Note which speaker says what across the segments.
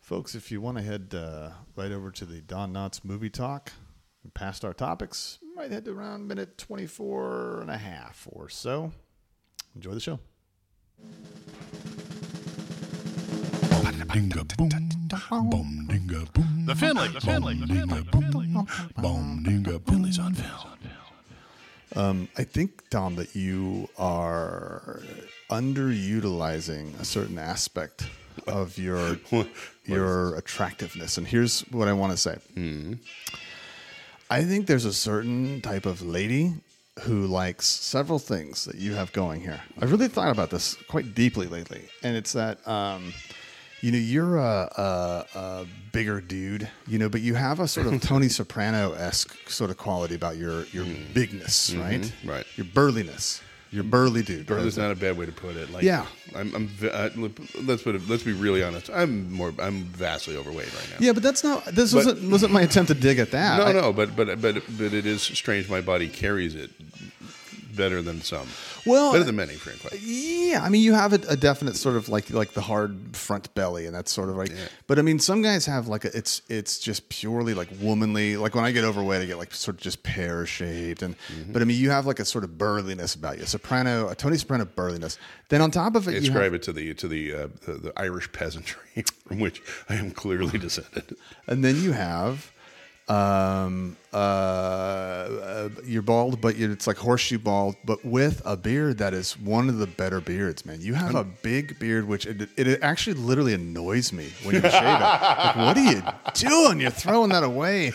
Speaker 1: Folks, if you want to head uh, right over to the Don Knotts movie talk and past our topics, you might head to around minute 24 and a half or so. Enjoy the show.
Speaker 2: The Finley, the Finley, the Finley, the Finley.
Speaker 3: Boom, dinga, Finley's on film.
Speaker 1: I think, Dom, that you are underutilizing a certain aspect of your your attractiveness. And here's what I want to say. I think there's a certain type of lady who likes several things that you have going here. I've really thought about this quite deeply lately, and it's that um, you know you're a, a, a bigger dude, you know, but you have a sort of Tony Soprano esque sort of quality about your your bigness, right?
Speaker 3: Mm-hmm. right. Mm-hmm.
Speaker 1: Your burliness. Your burly dude.
Speaker 3: That's not a bad way to put it. Like,
Speaker 1: Yeah.
Speaker 3: I'm. I'm v- uh, let's put it. Let's be really honest. I'm more. I'm vastly overweight right now.
Speaker 1: Yeah, but that's not. This
Speaker 3: But-
Speaker 1: wasn't wasn't my attempt to dig at that.
Speaker 3: No,
Speaker 1: I-
Speaker 3: no, but but but but it is strange. My body carries it better than some.
Speaker 1: Well,
Speaker 3: better than many, frankly.
Speaker 1: Yeah, I mean, you have a, a definite sort of like like the hard front belly, and that's sort of like. But I mean, some guys have like a, it's it's just purely like womanly. Like when I get overweight, I get like sort of just pear shaped, and but I mean, you have like a sort of burliness about you, soprano, a Tony Soprano burliness. Then on top of it, you have-
Speaker 3: Ascribe it to the to the, uh, the the Irish peasantry from which I am clearly descended.
Speaker 1: and then you have um uh, uh you're bald but you're, it's like horseshoe bald but with a beard that is one of the better beards man you have a big beard which it, it actually literally annoys me when you shave it like, what are you doing you're throwing that away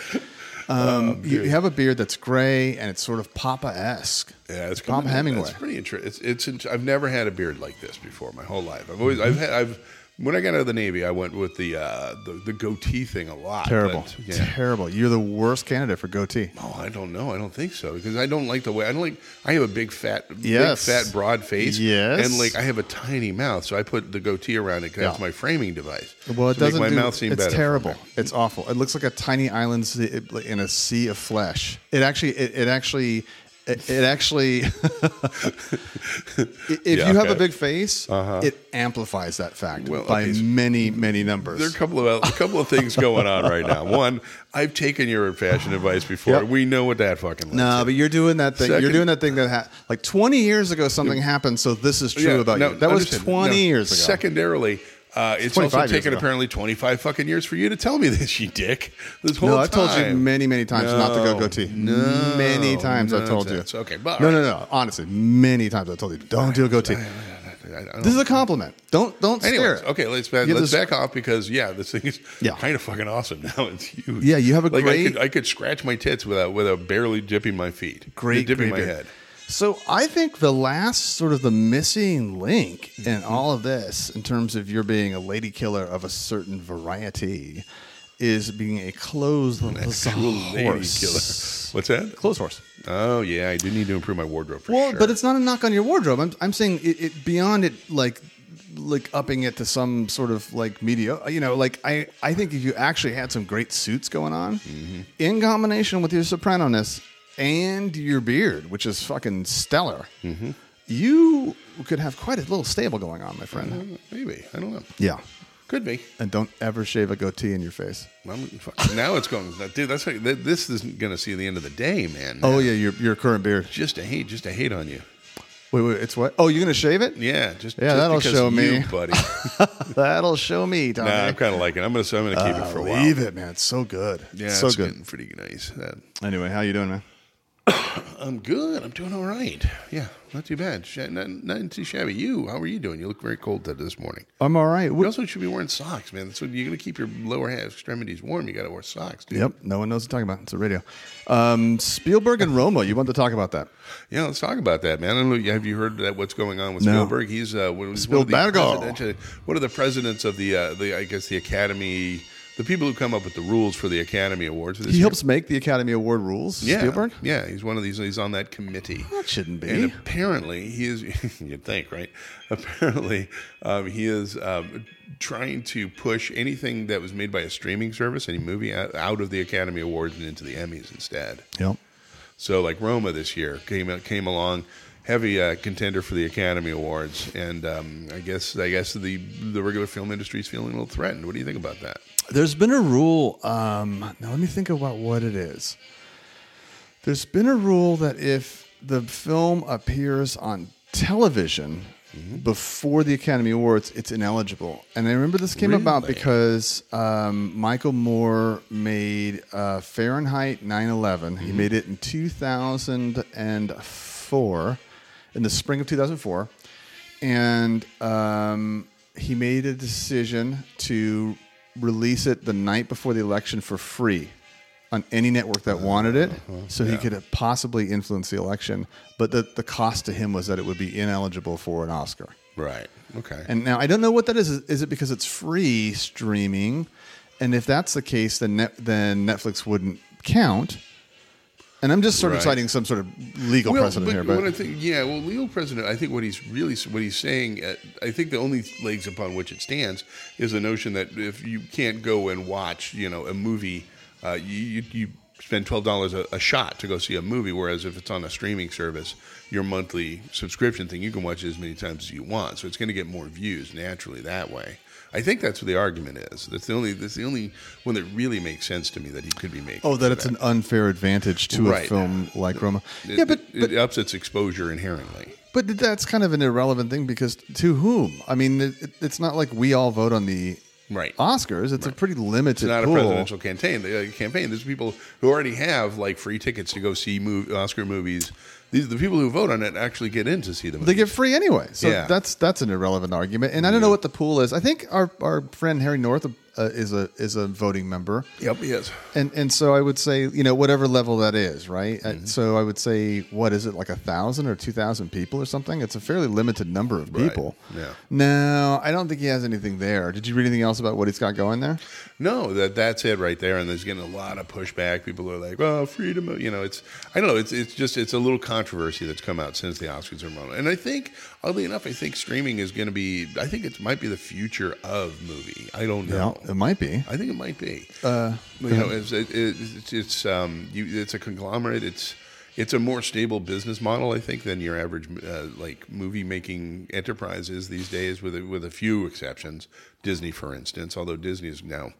Speaker 3: Oh,
Speaker 1: um you have a beard that's gray and it's sort of papa-esque
Speaker 3: Yeah, it's
Speaker 1: Bob
Speaker 3: kinda-
Speaker 1: Hemingway
Speaker 3: It's pretty interesting. It's, it's int- I've never had a beard like this before my whole life. I've always I've had I've when I got out of the navy, I went with the uh, the, the goatee thing a lot.
Speaker 1: terrible
Speaker 3: but, yeah.
Speaker 1: terrible you're the worst candidate for goatee
Speaker 3: Oh, I don't know. I don't think so because I don't like the way I don't like. I have a big fat,
Speaker 1: Yes.
Speaker 3: big, fat, broad face.
Speaker 1: Yes.
Speaker 3: and like I have a tiny mouth, so I put the goatee around it because that's
Speaker 1: Yeah.
Speaker 3: my framing device.
Speaker 1: Well, it
Speaker 3: to
Speaker 1: doesn't.
Speaker 3: Make my
Speaker 1: do-
Speaker 3: mouth seem
Speaker 1: it's
Speaker 3: better. for
Speaker 1: terrible.
Speaker 3: me.
Speaker 1: It's awful. It looks like a tiny island se- in a sea of flesh. It actually. It, it actually. It, it actually. if
Speaker 3: Yeah,
Speaker 1: you have
Speaker 3: okay. Uh-huh.
Speaker 1: a big face, it amplifies that fact
Speaker 3: Well,
Speaker 1: by
Speaker 3: okay, so-
Speaker 1: many, many
Speaker 3: There are a
Speaker 1: numbers.
Speaker 3: couple of a couple of things going on right now. One, I've taken your fashion advice before.
Speaker 1: Yep.
Speaker 3: We know what that fucking. leads
Speaker 1: No,
Speaker 3: to.
Speaker 1: but you're doing that thing. you you're
Speaker 3: Second-
Speaker 1: doing that thing that ha- like 20 years ago something happened. So this is true
Speaker 3: Yeah,
Speaker 1: about
Speaker 3: no,
Speaker 1: you. That was
Speaker 3: understand.
Speaker 1: 20
Speaker 3: No,
Speaker 1: years ago.
Speaker 3: Secondarily, uh, it's
Speaker 1: 25
Speaker 3: also
Speaker 1: years
Speaker 3: taken
Speaker 1: ago.
Speaker 3: apparently 25 fucking years for you to tell me this, you dick. This whole
Speaker 1: No,
Speaker 3: time.
Speaker 1: I told you many, many times not to go
Speaker 3: No,
Speaker 1: goatee.
Speaker 3: no,
Speaker 1: many times I've told you.
Speaker 3: nonsense. Okay, but-
Speaker 1: no, no, no. Honestly, many times I've told you don't do a goatee.
Speaker 3: I- I don't-
Speaker 1: This is a compliment. Don't don't
Speaker 3: Anyways,
Speaker 1: stare.
Speaker 3: okay, let's back,
Speaker 1: You
Speaker 3: let's
Speaker 1: have this-
Speaker 3: back off because yeah, this thing is
Speaker 1: Yeah.
Speaker 3: kind of fucking awesome now. It's huge.
Speaker 1: Yeah, you have a
Speaker 3: like I
Speaker 1: great-
Speaker 3: could, I could scratch my tits without without barely dipping my feet.
Speaker 1: Great,
Speaker 3: dipping
Speaker 1: great
Speaker 3: my
Speaker 1: beard.
Speaker 3: head.
Speaker 1: So I think the last sort of the missing link in
Speaker 3: Mm-hmm.
Speaker 1: all of this, in terms of your being a lady killer of a certain variety, is being a closed
Speaker 3: Cool lady
Speaker 1: horse.
Speaker 3: killer. What's that?
Speaker 1: Clothes horse.
Speaker 3: Oh yeah, I do need to improve my wardrobe. For
Speaker 1: Well,
Speaker 3: sure.
Speaker 1: but it's not a knock on your wardrobe. I'm, I'm saying it, it beyond it, like like upping it to some sort of like media. uh, You know, like I I think if you actually had some great suits going on,
Speaker 3: Mm-hmm.
Speaker 1: in combination with your soprano ness and your beard, which is fucking stellar,
Speaker 3: Mm-hmm.
Speaker 1: you could have quite a little stable going on, my friend.
Speaker 3: Mm-hmm. Uh, maybe I don't know.
Speaker 1: Yeah,
Speaker 3: Could be.
Speaker 1: and don't ever shave a goatee in your face.
Speaker 3: I'm, fuck, now it's going, dude. That's how, th- this isn't going to see the end of the day, man.
Speaker 1: Oh yeah, your your current beard.
Speaker 3: just a hate, just a hate on you.
Speaker 1: Wait, wait, it's what? Oh, you're gonna shave it?
Speaker 3: Yeah, just
Speaker 1: Yeah,
Speaker 3: just
Speaker 1: that'll
Speaker 3: because
Speaker 1: show me.
Speaker 3: you, buddy.
Speaker 1: That'll show me, Tommy.
Speaker 3: nah, I'm kind of liking. it. I'm gonna, so I'm gonna keep it for a while.
Speaker 1: Uh, Leave it, man. It's so good.
Speaker 3: Yeah,
Speaker 1: so
Speaker 3: it's
Speaker 1: good.
Speaker 3: getting pretty nice. That-
Speaker 1: Anyway, how you doing, man?
Speaker 3: I'm good. I'm doing all right. Yeah, not too bad. Sh- Not, not too shabby. You, how are you doing? You look very cold this morning.
Speaker 1: I'm all right.
Speaker 3: You also should be wearing socks, man. That's what you're gonna keep your lower half extremities warm. You gotta wear socks, dude.
Speaker 1: Yep, no one knows what I'm talking about. It's a radio. Um, Spielberg and Roma. You want to talk about that?
Speaker 3: Yeah, let's talk about that, man. I don't know. Have you heard that what's going on with
Speaker 1: No.
Speaker 3: Spielberg? He's uh, one he's one of the
Speaker 1: Spielbergo.
Speaker 3: presidential- one of the presidents of the uh, the I guess the Academy, the people who come up with the rules for the Academy Awards. This
Speaker 1: He
Speaker 3: year.
Speaker 1: helps make the Academy Award rules.
Speaker 3: Yeah,
Speaker 1: Spielberg.
Speaker 3: Yeah, he's one of these. He's on that committee.
Speaker 1: That shouldn't be.
Speaker 3: And apparently, he is. you'd think, right? Apparently, um, he is um, trying to push anything that was made by a streaming service, any movie, out, out of the Academy Awards and into the Emmys instead.
Speaker 1: Yep.
Speaker 3: So, like Roma this year came came along. heavy uh, contender for the Academy Awards, and um, I guess I guess the the regular film industry is feeling a little threatened. What do you think about that?
Speaker 1: There's been a rule. Um, now let me think about what it is. There's been a rule that if the film appears on television before the Academy Awards, it's ineligible. And I remember this came about
Speaker 3: Really?
Speaker 1: because um, Michael Moore made uh, Fahrenheit 9 11. He made it in 2004, in the spring of 2004. And um, he made a decision to release it the night before the election for free on any network that wanted it so he could possibly influence the election. But the, the cost to him was that it would be ineligible for an Oscar.
Speaker 3: Right. Okay.
Speaker 1: And now I don't know what that is. Is- Is it because it's free streaming? And if that's the case, then net, then Netflix wouldn't count. And I'm just sort of
Speaker 3: Right.
Speaker 1: citing some sort of legal precedent here, but
Speaker 3: what I think, yeah, well, legal precedent. I think what he's really what he's saying. Uh, I think the only legs upon which it stands is the notion that if you can't go and watch, you know, a movie, uh, you, you you spend twelve dollars a shot to go see a movie, whereas if it's on a streaming service, your monthly subscription thing, you can watch it as many times as you want. So it's going to get more views naturally that way. I think that's what the argument is. That's the only that's the only one that really makes sense to me that he could be making.
Speaker 1: oh,
Speaker 3: for
Speaker 1: that it's an unfair advantage to a
Speaker 3: Right.
Speaker 1: film like Roma.
Speaker 3: It-
Speaker 1: yeah, but
Speaker 3: it, it ups its exposure inherently.
Speaker 1: But that's kind of an irrelevant thing because to whom? I mean, it, it's not like we all vote on the
Speaker 3: Right.
Speaker 1: Oscars. It's a pretty limited
Speaker 3: It's not
Speaker 1: pool.
Speaker 3: a presidential campaign. The uh, campaign. There's people who already have like free tickets to go see mov Oscar movies. These the people who vote on it actually get in to see them.
Speaker 1: They get free anyway, so
Speaker 3: Yeah.
Speaker 1: that's that's an irrelevant argument. And I don't know what the pool is. I think our, our friend Harry North uh, is a is a voting member,
Speaker 3: Yep. Yes.
Speaker 1: and and so I would say you know whatever level that is, right? Uh,
Speaker 3: Mm-hmm.
Speaker 1: So I would say what is it like a thousand or two thousand people or something? It's a fairly limited number of
Speaker 3: Right.
Speaker 1: people.
Speaker 3: Yeah.
Speaker 1: No, I don't think he has anything there. Did you read anything else about what he's got going there?
Speaker 3: No. That that's it right there. And there's getting a lot of pushback. People are like, "Oh, freedom." of-" You know, it's I don't know. It's it's just it's a little controversy that's come out since the Oscars are mono. And I think oddly enough, I think streaming is going to be. I think it might be the future of movie. I don't know.
Speaker 1: it might be.
Speaker 3: I think it might be. Uh, you know, it's, it, it, it's it's um, you, it's a conglomerate. It's it's a more stable business model, I think, than your average uh, like movie making enterprise is these days, with a, with a few exceptions. Disney, for instance, although Disney is now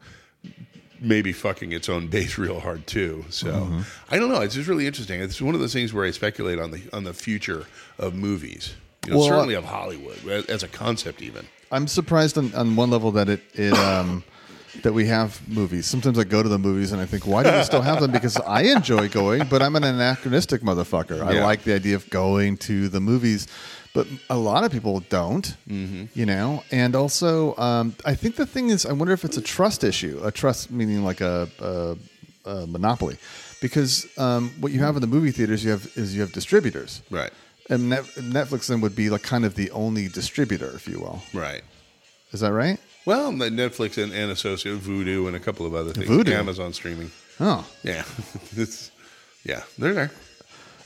Speaker 3: maybe fucking its own base real hard too. So I don't know. It's just really interesting. It's one of those things where I speculate on the on the future of movies. You know,
Speaker 1: Well,
Speaker 3: certainly of Hollywood as, as a concept, even.
Speaker 1: I'm surprised on, on one level that it, it um, that we have movies. Sometimes I go to the movies and I think, why do we still have them? Because I enjoy going, but I'm an anachronistic motherfucker. I
Speaker 3: Yeah.
Speaker 1: like the idea of going to the movies, but a lot of people don't.
Speaker 3: Mm-hmm.
Speaker 1: You know, and also um, I think the thing is, I wonder if it's a trust issue. A trust meaning like a, a, a monopoly, because um, what you have in the movie theaters, you have is you have distributors,
Speaker 3: Right.
Speaker 1: And Net- Netflix then would be like kind of the only distributor, if you will.
Speaker 3: Right.
Speaker 1: Is that right?
Speaker 3: Well, the Netflix and, and associate Voodoo and a couple of other things.
Speaker 1: Vudu?
Speaker 3: Amazon streaming.
Speaker 1: Oh,
Speaker 3: Yeah, it's yeah, they're there.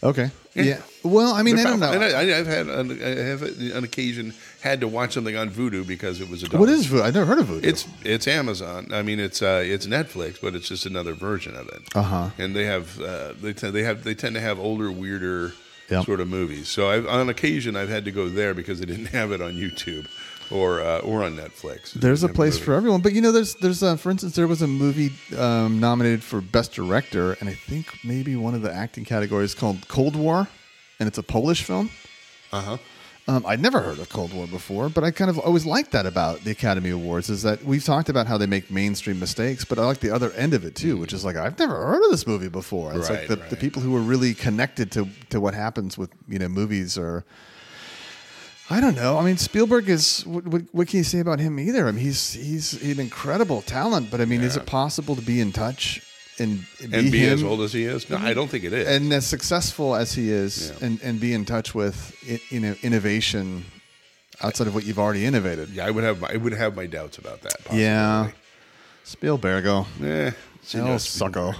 Speaker 1: okay. Yeah. Well, I mean,
Speaker 3: They're
Speaker 1: I don't know.
Speaker 3: powerful. And I, I have had an, I have on occasion had to watch something on Voodoo because it was a.
Speaker 1: what is voodoo? I've never heard of voodoo.
Speaker 3: It's it's Amazon. I mean, it's uh, it's Netflix, but it's just another version of it.
Speaker 1: Uh-huh.
Speaker 3: And they have uh, they tend they have they tend to have older, weirder
Speaker 1: Yep.
Speaker 3: sort of movies. So I've, on occasion, I've had to go there because they didn't have it on YouTube or uh, or on Netflix. They
Speaker 1: there's a
Speaker 3: didn't have
Speaker 1: place
Speaker 3: movie.
Speaker 1: for everyone, but you know, there's there's uh, for instance, there was a movie um, nominated for best director, and I think maybe one of the acting categories called Cold War, and it's a Polish film.
Speaker 3: Uh-huh.
Speaker 1: Um, I'd never heard of Cold War before, but I kind of always liked that about the Academy Awards is that we've talked about how they make mainstream mistakes, but I like the other end of it too, which is like I've never heard of this movie before. It's like
Speaker 3: Right,
Speaker 1: the, the
Speaker 3: right.
Speaker 1: people who are really connected to to what happens with you know movies or. I don't know. I mean, Spielberg is. What, what, what can you say about him either? I mean, he's he's an incredible talent, but I mean, is it possible to be in touch and be,
Speaker 3: and be
Speaker 1: him
Speaker 3: as old as he is? No, I don't think it is.
Speaker 1: and as successful as he is
Speaker 3: Yeah.
Speaker 1: and, and be in touch with i- you know innovation outside of what you've already innovated
Speaker 3: yeah, I would have my, I would have my doubts about that.
Speaker 1: yeah spielbergo
Speaker 3: Yeah.
Speaker 1: El sucko.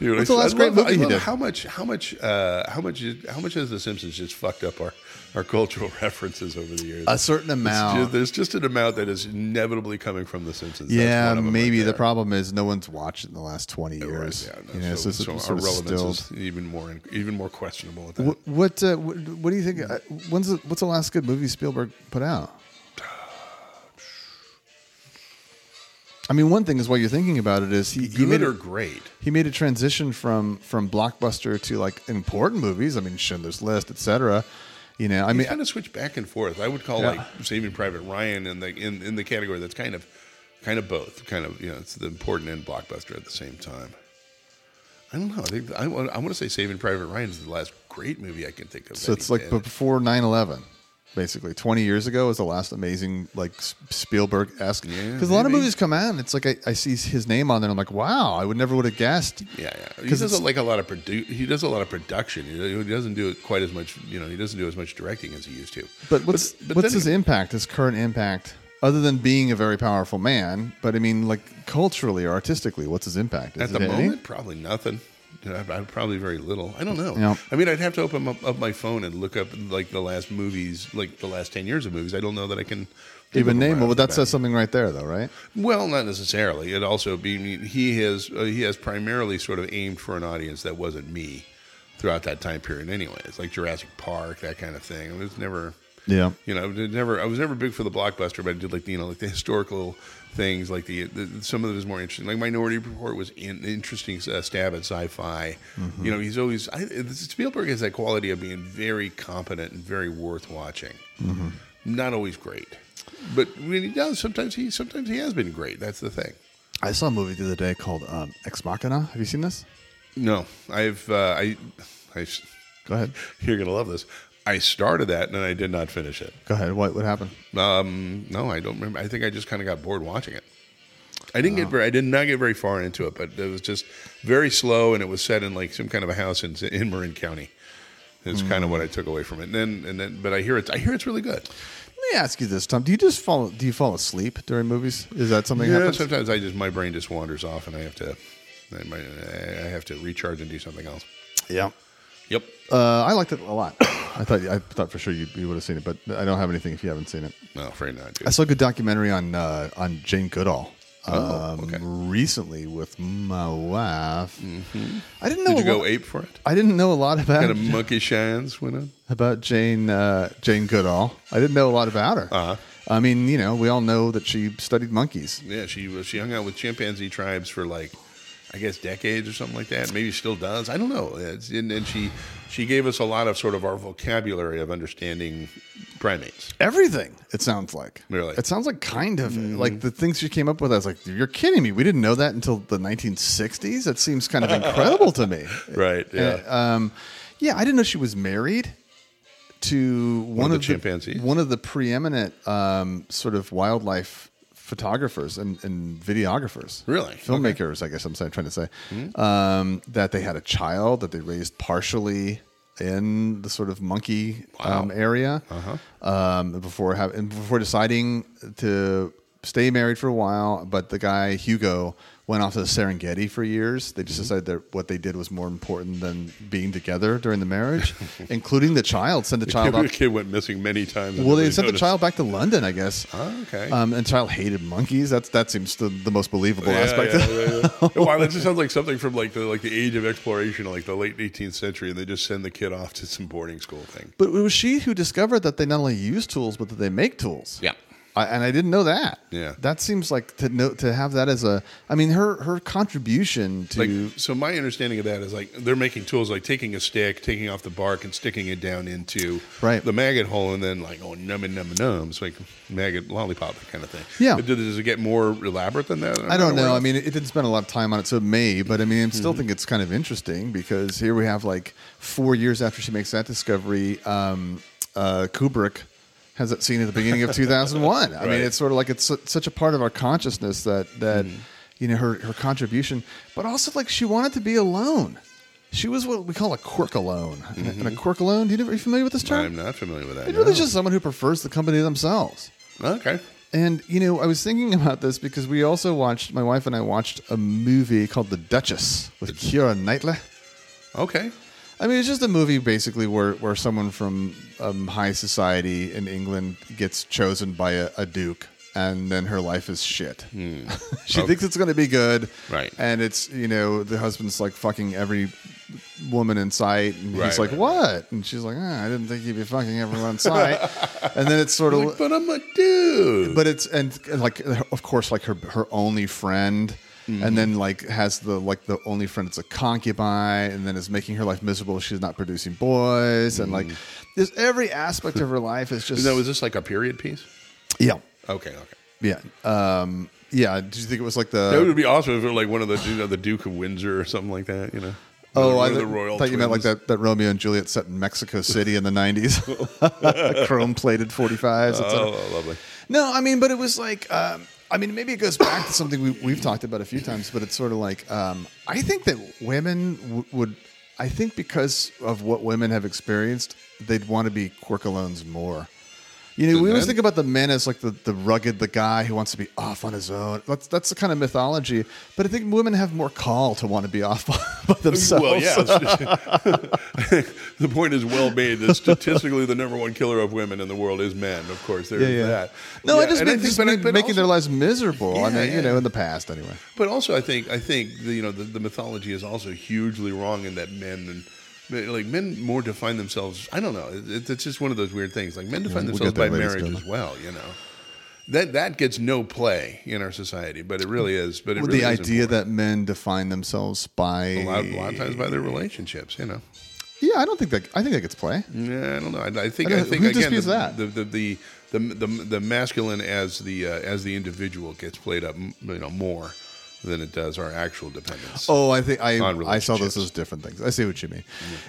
Speaker 3: You're
Speaker 1: What's
Speaker 3: like,
Speaker 1: the last
Speaker 3: I
Speaker 1: great
Speaker 3: love-
Speaker 1: movie
Speaker 3: I
Speaker 1: he
Speaker 3: love
Speaker 1: did?
Speaker 3: How much? How much? Uh, how much? is- How much has The Simpsons just fucked up our, our cultural references over the years?
Speaker 1: A certain
Speaker 3: It's
Speaker 1: amount.
Speaker 3: ju- there's just an amount that is inevitably coming from The Simpsons. That's
Speaker 1: yeah,
Speaker 3: one of 'em right
Speaker 1: maybe the
Speaker 3: there.
Speaker 1: problem is no one's watched it in the last twenty years.
Speaker 3: Yeah, no,
Speaker 1: you know, so,
Speaker 3: so,
Speaker 1: it's
Speaker 3: so
Speaker 1: sort
Speaker 3: our
Speaker 1: of
Speaker 3: relevance
Speaker 1: distilled.
Speaker 3: is even more even more questionable at that.
Speaker 1: What what, uh, what what do you think? Uh, when's the, what's the last good movie Spielberg put out? I mean, one thing is while you're thinking about it is he, he
Speaker 3: Good
Speaker 1: made
Speaker 3: or
Speaker 1: a,
Speaker 3: great?
Speaker 1: he made a transition from from blockbuster to like important movies. I mean, Schindler's List, etc. You know, I
Speaker 3: I
Speaker 1: mean,
Speaker 3: kind of switch back and forth. I would call
Speaker 1: Yeah.
Speaker 3: like Saving Private Ryan in the in, in the category that's kind of kind of both. Kind of you know, it's the important and blockbuster at the same time. I don't know. I think I, want- I want to say Saving Private Ryan is the last great movie I can think of.
Speaker 1: so
Speaker 3: that
Speaker 1: it's
Speaker 3: he
Speaker 1: like
Speaker 3: did.
Speaker 1: b- before 9-11 basically 20 years ago was the last amazing like S- spielberg-esque because
Speaker 3: Yeah,
Speaker 1: a lot of
Speaker 3: maybe.
Speaker 1: movies come out and it's like I, I see his name on there and i'm like wow i would never would have guessed
Speaker 3: yeah, yeah. He
Speaker 1: 'Cause
Speaker 3: does
Speaker 1: it's-
Speaker 3: like a lot of produ- He does a lot of production. He he doesn't do it quite as much. You know, he doesn't do as much directing as he used to.
Speaker 1: But what's
Speaker 3: but
Speaker 1: what's
Speaker 3: then
Speaker 1: his
Speaker 3: again-
Speaker 1: impact? His current impact, other than being a very powerful man, but I mean, like culturally or artistically, what's his impact? Is
Speaker 3: At the
Speaker 1: it any?
Speaker 3: moment, probably nothing. You know, I'd- I'd Probably very little. I don't know.
Speaker 1: Yeah.
Speaker 3: I mean, I'd have to open up, up my phone and look up like the last movies, like the last ten years of movies. I don't know that I can
Speaker 1: even
Speaker 3: think of them
Speaker 1: name.
Speaker 3: right
Speaker 1: Well,
Speaker 3: off
Speaker 1: but
Speaker 3: the
Speaker 1: that
Speaker 3: bat.
Speaker 1: says something right there, though, right?
Speaker 3: Well, not necessarily. It also be I mean, he has uh, he has primarily sort of aimed for an audience that wasn't me throughout that time period. Anyway, it's like Jurassic Park, that kind of thing. It was never.
Speaker 1: Yeah.
Speaker 3: You know, I did never I was never big for the blockbuster, but I did like the, you know like the historical things, like the, the some of it is more interesting. Like Minority Report was an interesting uh, stab at sci-fi. You know, he's always I, Spielberg has that quality of being very competent and very worth watching. Not always great, but when he does, sometimes he sometimes he has been great. That's the thing.
Speaker 1: I saw a movie the other day called um, Ex Machina. Have you seen this?
Speaker 3: No, I've uh, I I
Speaker 1: Go ahead.
Speaker 3: you're gonna love this. I started that and then I did not finish it.
Speaker 1: Go ahead. What what happened?
Speaker 3: Um, no, I don't remember. I think I just kind of got bored watching it. I didn't get very, I did not get very far into it, but it was just very slow, and it was set in like some kind of a house in in Marin County. Is kind of what I took away from it. And then and then, but I hear it's I hear it's really good.
Speaker 1: Let me ask you this, Tom. Do you just fall? Do you fall asleep during movies? Is that something? that
Speaker 3: Yeah,
Speaker 1: happens?
Speaker 3: sometimes I just my brain just wanders off, and I have to I, might, I have to recharge and do something else.
Speaker 1: Yeah.
Speaker 3: Yep.
Speaker 1: Uh, I liked it a lot. I thought I thought for sure you, you would have seen it, but I don't have anything if you haven't seen it.
Speaker 3: No, afraid not. Dude.
Speaker 1: I saw a good documentary on uh, on Jane Goodall
Speaker 3: Oh,
Speaker 1: um,
Speaker 3: okay.
Speaker 1: recently with my wife. I didn't know.
Speaker 3: Mm-hmm. Did you
Speaker 1: a
Speaker 3: go
Speaker 1: lot,
Speaker 3: ape for it?
Speaker 1: I didn't know a lot about
Speaker 3: Kind of monkey shines went on.
Speaker 1: about Jane uh, Jane Goodall. I didn't know a lot about her.
Speaker 3: Uh-huh.
Speaker 1: I mean, you know, we all know that she studied monkeys.
Speaker 3: Yeah, she was. She hung out with chimpanzee tribes for like, I guess, decades or something like that. Maybe still does. I don't know. It's, and, and she she gave us a lot of sort of our vocabulary of understanding primates.
Speaker 1: Everything. It sounds like.
Speaker 3: Really? Mm-hmm.
Speaker 1: It sounds like kind of like the things she came up with. I was like, "You're kidding me! We didn't know that until the 1960s. That seems kind of incredible to me."
Speaker 3: Right.
Speaker 1: Yeah. um, yeah, I didn't know she was married to one,
Speaker 3: of the
Speaker 1: of
Speaker 3: chimpanzees?
Speaker 1: one of the preeminent um, sort of wildlife photographers and, and videographers.
Speaker 3: Really?
Speaker 1: filmmakers, I guess I'm saying, trying to say
Speaker 3: Hmm?
Speaker 1: um, that they had a child that they raised partially in the sort of monkey um, area
Speaker 3: Uh-huh.
Speaker 1: um, before have, and before deciding to stay married for a while. But the guy Hugo went off to the Serengeti for years. They
Speaker 3: Hmm?
Speaker 1: just decided that what they did was more important than being together during the marriage, including the child. Send the child
Speaker 3: the
Speaker 1: off.
Speaker 3: kid went missing many times. and
Speaker 1: Well, they
Speaker 3: nobody
Speaker 1: sent the
Speaker 3: noticed.
Speaker 1: child back to London, I guess.
Speaker 3: Oh, okay.
Speaker 1: Um, and the child hated monkeys. That's that seems the, the most believable
Speaker 3: Yeah,
Speaker 1: aspect.
Speaker 3: yeah, yeah, yeah. wow, that just sounds like something from like the like the age of exploration, like the late 18th century, and they just send the kid off to some boarding school thing.
Speaker 1: But it was she who discovered that they not only use tools, but that they make tools.
Speaker 3: Yeah.
Speaker 1: I, and I didn't know that.
Speaker 3: Yeah.
Speaker 1: That seems like to know to have that as a. I mean, her her contribution to.
Speaker 3: like so my understanding of that is like they're making tools like taking a stick taking off the bark and sticking it down into
Speaker 1: Right.
Speaker 3: the maggot hole and then like oh num and num and num it's like maggot lollipop that kind of thing
Speaker 1: Yeah.
Speaker 3: But does it get more elaborate than that
Speaker 1: I don't
Speaker 3: aware
Speaker 1: know. I
Speaker 3: of.
Speaker 1: mean, it didn't spend a lot of time on it, so it may. But I mean, I still think it's kind of interesting because here we have like four years after she makes that discovery, um, uh, Kubrick has that scene at the beginning of 2001. I mean,
Speaker 3: Right.
Speaker 1: it's sort of like it's su- such a part of our consciousness that that you know her her contribution, but also like she wanted to be alone. She was what we call a quirk alone. And a- And a quirk alone. Do you know, are you familiar with this term?
Speaker 3: i'm not familiar with that
Speaker 1: It's really
Speaker 3: no.
Speaker 1: just someone who prefers the company to themselves
Speaker 3: okay
Speaker 1: And you know, I was thinking about this because we also watched my wife and I watched a movie called The Duchess with Kira Knightley.
Speaker 3: Okay.
Speaker 1: I mean, it's just a movie basically where, where someone from um, high society in England gets chosen by a, a duke, and then her life is shit. she thinks it's going to be good,
Speaker 3: Hmm. Right.
Speaker 1: And it's you know the husband's like fucking every woman in sight, and
Speaker 3: Right,
Speaker 1: he's like,
Speaker 3: right,
Speaker 1: "What?" And she's like, ah, "I didn't think you'd be fucking everyone in sight." and then it's sort of
Speaker 3: But I'm a dude.
Speaker 1: but it's and and, like of course like her her only friend
Speaker 3: Mm-hmm.
Speaker 1: and then like has the like the only friend that's a concubine and then is making her life miserable she's not producing boys and
Speaker 3: Mm.
Speaker 1: like there's every aspect of her life is just
Speaker 3: now, is this like a period piece?
Speaker 1: yeah
Speaker 3: Okay, okay.
Speaker 1: yeah um yeah do you think it was like the
Speaker 3: That would be awesome if it were like one of the you know, the Duke of Windsor or something like that. You know.
Speaker 1: Oh,
Speaker 3: One
Speaker 1: I
Speaker 3: of
Speaker 1: th- thought you meant like
Speaker 3: twins.
Speaker 1: that, that Romeo and Juliet set in Mexico City in the 90s. Chrome plated 45s. et cetera.
Speaker 3: Oh, oh, lovely.
Speaker 1: No, I mean, but it was like, um, I mean, maybe it goes back to something we, we've talked about a few times, but it's sort of like, um, I think that women w- would, I think because of what women have experienced, they'd want to be quirkalones more. You know, we always
Speaker 3: men?
Speaker 1: think about the men as like the, the rugged, the guy who wants to be off on his own. That's that's the kind of mythology. But I think women have more call to want to be off by themselves.
Speaker 3: Well, yeah. the point is well made. That statistically, the number one killer of women in the world is men. Of course, there's that.
Speaker 1: No, I
Speaker 3: Yeah,
Speaker 1: just
Speaker 3: and
Speaker 1: mean,
Speaker 3: think-
Speaker 1: just
Speaker 3: but I-
Speaker 1: mean
Speaker 3: but
Speaker 1: making their
Speaker 3: also-
Speaker 1: lives miserable. I
Speaker 3: Yeah,
Speaker 1: mean,
Speaker 3: yeah.
Speaker 1: you know, in the past anyway.
Speaker 3: But also, I think I think the, you know the, the mythology is also hugely wrong in that men and like men more define themselves. I don't know. It, it's just one of those weird things. Like men define
Speaker 1: we'll
Speaker 3: themselves
Speaker 1: get there
Speaker 3: by
Speaker 1: later,
Speaker 3: marriage
Speaker 1: Stella.
Speaker 3: as well. You know, that that gets no play in our society, but it really is. But it
Speaker 1: With
Speaker 3: really
Speaker 1: the
Speaker 3: is
Speaker 1: idea
Speaker 3: important.
Speaker 1: that men define themselves by
Speaker 3: a lot, a lot of times by their relationships, you know.
Speaker 1: Yeah, I don't think that. I think that gets play.
Speaker 3: Yeah, I don't know. I, I think
Speaker 1: I
Speaker 3: I,
Speaker 1: don't-
Speaker 3: think
Speaker 1: who
Speaker 3: again
Speaker 1: disputes
Speaker 3: the,
Speaker 1: that?
Speaker 3: The, the, the the the the masculine as the uh, as the individual gets played up, m- you know, more than it does our actual dependence.
Speaker 1: Oh, I think I
Speaker 3: On
Speaker 1: I saw those
Speaker 3: relationships.
Speaker 1: as different things. I see what you mean.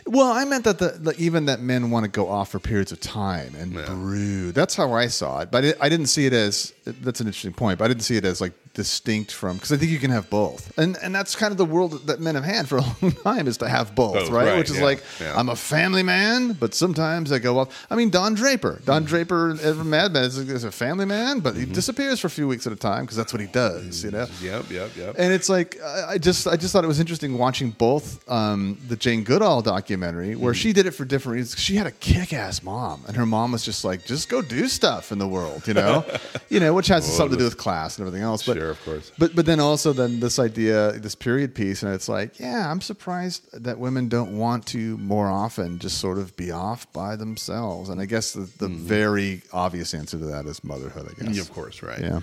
Speaker 1: Well, I meant that the, the even that men want to go off for periods of time and
Speaker 3: Yeah.
Speaker 1: brood. That's how I saw it, but I, I didn't see it as that's an interesting point. But I didn't see it as like distinct from because I think you can have both, and and that's kind of the world that men have had for a long time is to have both,
Speaker 3: Both,
Speaker 1: right?
Speaker 3: right,
Speaker 1: Which is
Speaker 3: yeah,
Speaker 1: like
Speaker 3: yeah.
Speaker 1: I'm a family man, but sometimes I go off. I mean, Don Draper, Don
Speaker 3: Mm-hmm.
Speaker 1: Draper, ever Mad Men is, is a family man, but he disappears for a few weeks at a time because that's what he does, you know.
Speaker 3: Yep, yep, yep.
Speaker 1: And it's like I I just I just thought it was interesting watching both um, the Jane Goodall documentary
Speaker 3: Mm-hmm.
Speaker 1: where she did it for different reasons. She had a kick-ass mom, and her mom was just like, "Just go do stuff in the world," you know, you know, which has something to do with class and everything else. But,
Speaker 3: Sure, of course.
Speaker 1: But but then also then this idea, this period piece, and it's like, yeah, I'm surprised that women don't want to more often just sort of be off by themselves. And I guess the, the very obvious answer to that is motherhood. I guess.
Speaker 3: Mm-hmm. Yeah, of course, right.
Speaker 1: Yeah.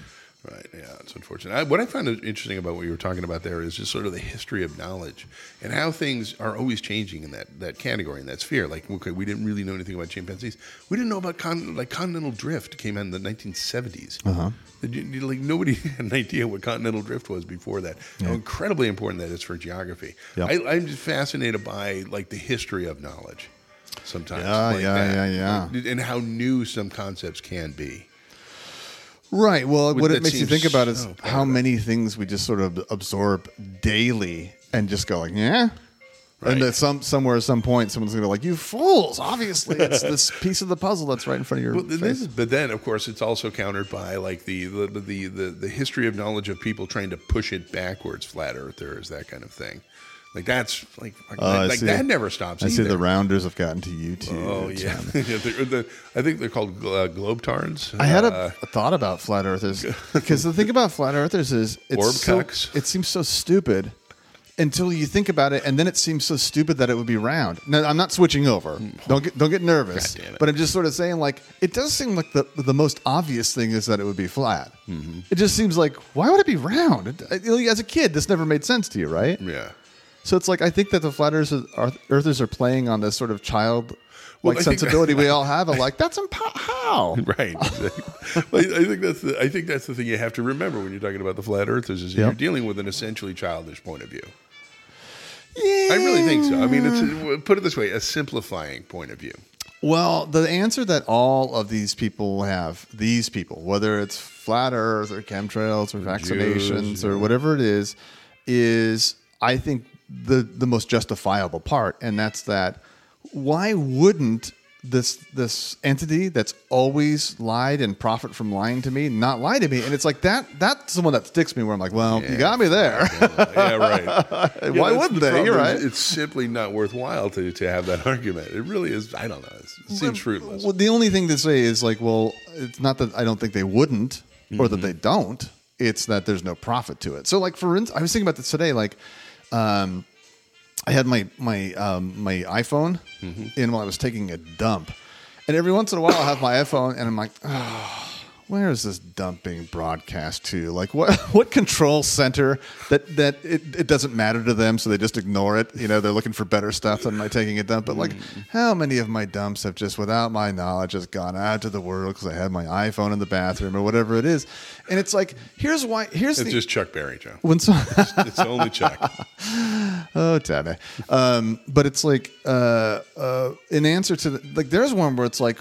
Speaker 3: Right, yeah, it's unfortunate. I, what I found interesting about what you were talking about there is just sort of the history of knowledge and how things are always changing in that, that category, in that sphere. Like, okay, we didn't really know anything about chimpanzees. We didn't know about con- like continental drift came out in the 1970s. Uh-huh. Like nobody had an idea what continental drift was before that. How incredibly important that is for geography.
Speaker 1: Yeah.
Speaker 3: I, I'm just fascinated by like the history of knowledge. Sometimes,
Speaker 1: Yeah,
Speaker 3: like
Speaker 1: yeah,
Speaker 3: that.
Speaker 1: yeah, yeah.
Speaker 3: and how new some concepts can be.
Speaker 1: Right. Well, what
Speaker 3: that
Speaker 1: it makes you
Speaker 3: seems
Speaker 1: think about is
Speaker 3: so bad.
Speaker 1: how many things we just sort of absorb daily and just go like, yeah.
Speaker 3: Right.
Speaker 1: And that some somewhere at some point someone's gonna be like, "You fools!" Obviously, it's this piece of the puzzle that's right in front of your
Speaker 3: Well,
Speaker 1: face.
Speaker 3: th- this is, but then, of course, it's also countered by like the the, the the the history of knowledge of people trying to push it backwards, flat earthers, that kind of thing. Like that's like like,
Speaker 1: Uh, Oh, I
Speaker 3: like
Speaker 1: see.
Speaker 3: that never stops.
Speaker 1: I see
Speaker 3: either.
Speaker 1: the rounders have gotten to you too.
Speaker 3: oh
Speaker 1: It's
Speaker 3: yeah,
Speaker 1: fine.
Speaker 3: Yeah, they're- the- I think they're called gl- uh, globetards.
Speaker 1: I had a,
Speaker 3: Uh,
Speaker 1: a thought about flat earthers because the thing about flat earthers is it's
Speaker 3: Orb
Speaker 1: so,
Speaker 3: cocks.
Speaker 1: it seems so stupid until you think about it, and then it seems so stupid that it would be round. No, I'm not switching over. Don't get don't get nervous.
Speaker 3: Hmm. God damn it.
Speaker 1: But I'm just sort of saying like it does seem like the the most obvious thing is that it would be flat.
Speaker 3: Mm-hmm.
Speaker 1: It just seems like why would it be round? It- it- as a kid, this never made sense to you, right?
Speaker 3: yeah.
Speaker 1: So it's like I think that the flat earthers are, earthers are playing on this sort of child.
Speaker 3: Well,
Speaker 1: Like
Speaker 3: I think-
Speaker 1: sensibility we all have of like that's impo- how
Speaker 3: Right. Well, I I think that's the I think that's the thing you have to remember when you're talking about the flat earthers is that
Speaker 1: Yep.
Speaker 3: you're dealing with an essentially childish point of view.
Speaker 1: yeah.
Speaker 3: I really think so. I mean, it's put it this way: a simplifying point of view.
Speaker 1: Well, the answer that all of these people have, these people, whether it's flat earth or chemtrails or vaccinations
Speaker 3: Jews,
Speaker 1: or whatever it is, is I think the the most justifiable part, and that's that why wouldn't this this entity that's always lied and profit from lying to me, not lie to me, and it's like that that's the one that sticks me where I'm like, well, you got me there.
Speaker 3: yeah, right.
Speaker 1: Why
Speaker 3: that's
Speaker 1: wouldn't
Speaker 3: the
Speaker 1: they? You're
Speaker 3: problem.
Speaker 1: right.
Speaker 3: It's simply not worthwhile to, to have that argument. It really is. I don't know. It's, it seems fruitless.
Speaker 1: Well, the only thing to say is like, well, it's not that I don't think they wouldn't or that they don't. It's that there's no profit to it. So, like for instance, I was thinking about this today. Like, um, I had my my um, my iPhone in while I was taking a dump, and every once in a while I'll have my iPhone and I'm like, where is this dump being broadcast to? Like what what control center that that it, it doesn't matter to them, so they just ignore it. You know, they're looking for better stuff than my taking a dump. But like, how many of my dumps have just, without my knowledge, has gone out to the world because I had my iPhone in the bathroom or whatever it is? And it's like, here's why. Here's
Speaker 3: It's
Speaker 1: the
Speaker 3: just Chuck Berry, Joe.
Speaker 1: when some.
Speaker 3: It's only Chuck.
Speaker 1: Oh, Tabby. Um, but it's like uh, uh, in answer to the, like, there's one where it's like,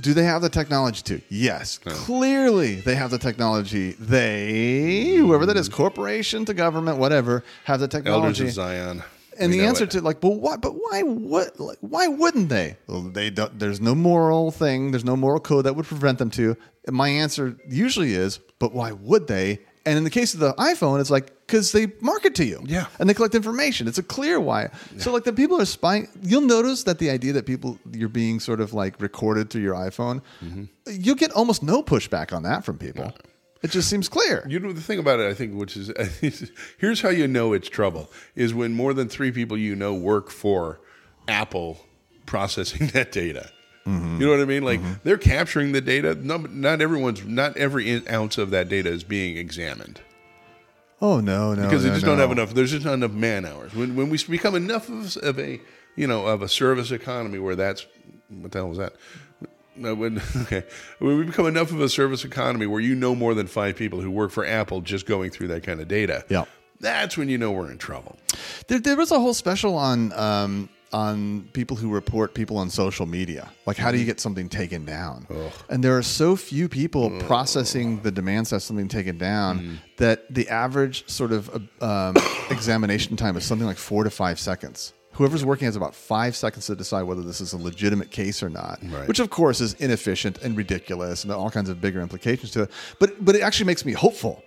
Speaker 1: do they have the technology to? Yes, clearly they have the technology. They, whoever that is, corporation to government, whatever, have the
Speaker 3: Elders
Speaker 1: technology.
Speaker 3: of Zion.
Speaker 1: and
Speaker 3: We
Speaker 1: the
Speaker 3: know
Speaker 1: answer
Speaker 3: it.
Speaker 1: to like, well, why? But why? What? Like, why wouldn't they? Well, they don't. There's no moral thing. There's no moral code that would prevent them to. And my answer usually is, but why would they? And in the case of the iPhone, it's like because they market to you,
Speaker 3: Yeah.
Speaker 1: and they collect information. It's a clear why. So like the people are spying. You'll notice that the idea that people you're being sort of like recorded through your iPhone,
Speaker 3: Mm-hmm.
Speaker 1: you'll get almost no pushback on that from people. It just seems clear.
Speaker 3: You know the thing about it, I think, which is here's how you know it's trouble is when more than three people you know work for Apple processing that data.
Speaker 1: Mm-hmm.
Speaker 3: You know what I mean? Like they're capturing the data. Not, not everyone's, not every in- ounce of that data is being examined
Speaker 1: oh no, no,
Speaker 3: because
Speaker 1: no,
Speaker 3: they just
Speaker 1: no.
Speaker 3: don't have enough. There's just not enough man hours. When when we become enough of, of a you know of a service economy where that's what the hell was that? No, when okay, when we become enough of a service economy where you know more than five people who work for Apple just going through that kind of data.
Speaker 1: Yeah.
Speaker 3: that's when you know we're in trouble.
Speaker 1: There, there was a whole special on um, on people who report people on social media. Like, how do you get something taken down? And there are so few people processing the demands to have something taken down that the average sort of uh, um, examination time is something like four to five seconds. Whoever's working has about five seconds to decide whether this is a legitimate case or not,
Speaker 3: Right.
Speaker 1: which of course is inefficient and ridiculous and all kinds of bigger implications to it. But but it actually makes me hopeful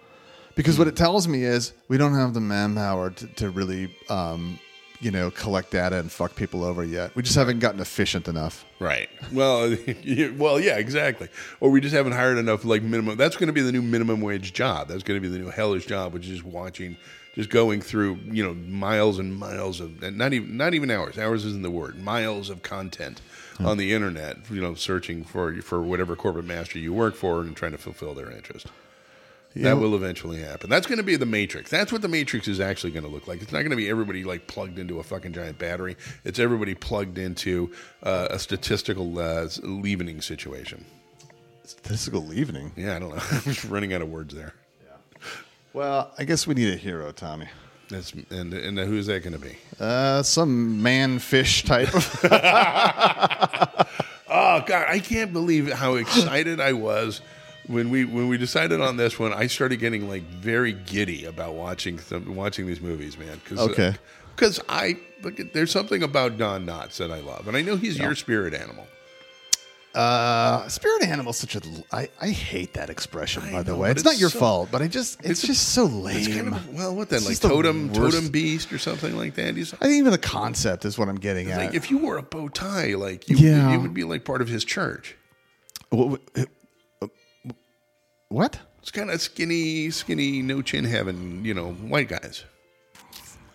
Speaker 1: because what it tells me is we don't have the manpower to, to really, um, you know, collect data and fuck people over yet. We just haven't gotten efficient enough.
Speaker 3: Right. Well, you- well, yeah, exactly. Or we just haven't hired enough like minimum. That's going to be the new minimum wage job. That's going to be the new hellish job, which is just watching, just going through you know miles and miles of and not even not even hours. Hours isn't the word. Miles of content on the internet. You know, searching for for whatever corporate master you work for and trying to fulfill their interest. that will eventually happen. That's going to be the Matrix. That's what the Matrix is actually going to look like. It's not going to be everybody like plugged into a fucking giant battery. It's everybody plugged into uh, a statistical uh, s- leavening situation.
Speaker 1: Statistical evening.
Speaker 3: Yeah, I don't know. I'm just running out of words there.
Speaker 1: Well, I guess we need a hero, Tommy.
Speaker 3: That's and and who is that going to be?
Speaker 1: Uh, some man fish type.
Speaker 3: Oh God, I can't believe how excited I was when we when we decided on this one. I started getting like very giddy about watching some, watching these movies, man. Cause,
Speaker 1: Okay.
Speaker 3: Because I look at, there's something about Don Knotts that I love, and I know he's your spirit animal.
Speaker 1: uh, spirit animal. Such a. l- I, I hate that expression. by the
Speaker 3: know,
Speaker 1: way,
Speaker 3: but
Speaker 1: it's, not
Speaker 3: it's
Speaker 1: your
Speaker 3: so-
Speaker 1: fault, but I just. It's,
Speaker 3: a-
Speaker 1: just so lame.
Speaker 3: It's kind of well, what then,
Speaker 1: It's
Speaker 3: like
Speaker 1: just the
Speaker 3: totem
Speaker 1: worst.
Speaker 3: totem beast or something like that. He's
Speaker 1: I think even the concept is what I'm getting at.
Speaker 3: like if you wore a bow tie, like you,
Speaker 1: Yeah.
Speaker 3: you would be like part of his church.
Speaker 1: Wh- wh- uh, what?
Speaker 3: It's kind of skinny, skinny, no chin having, you know, white guys.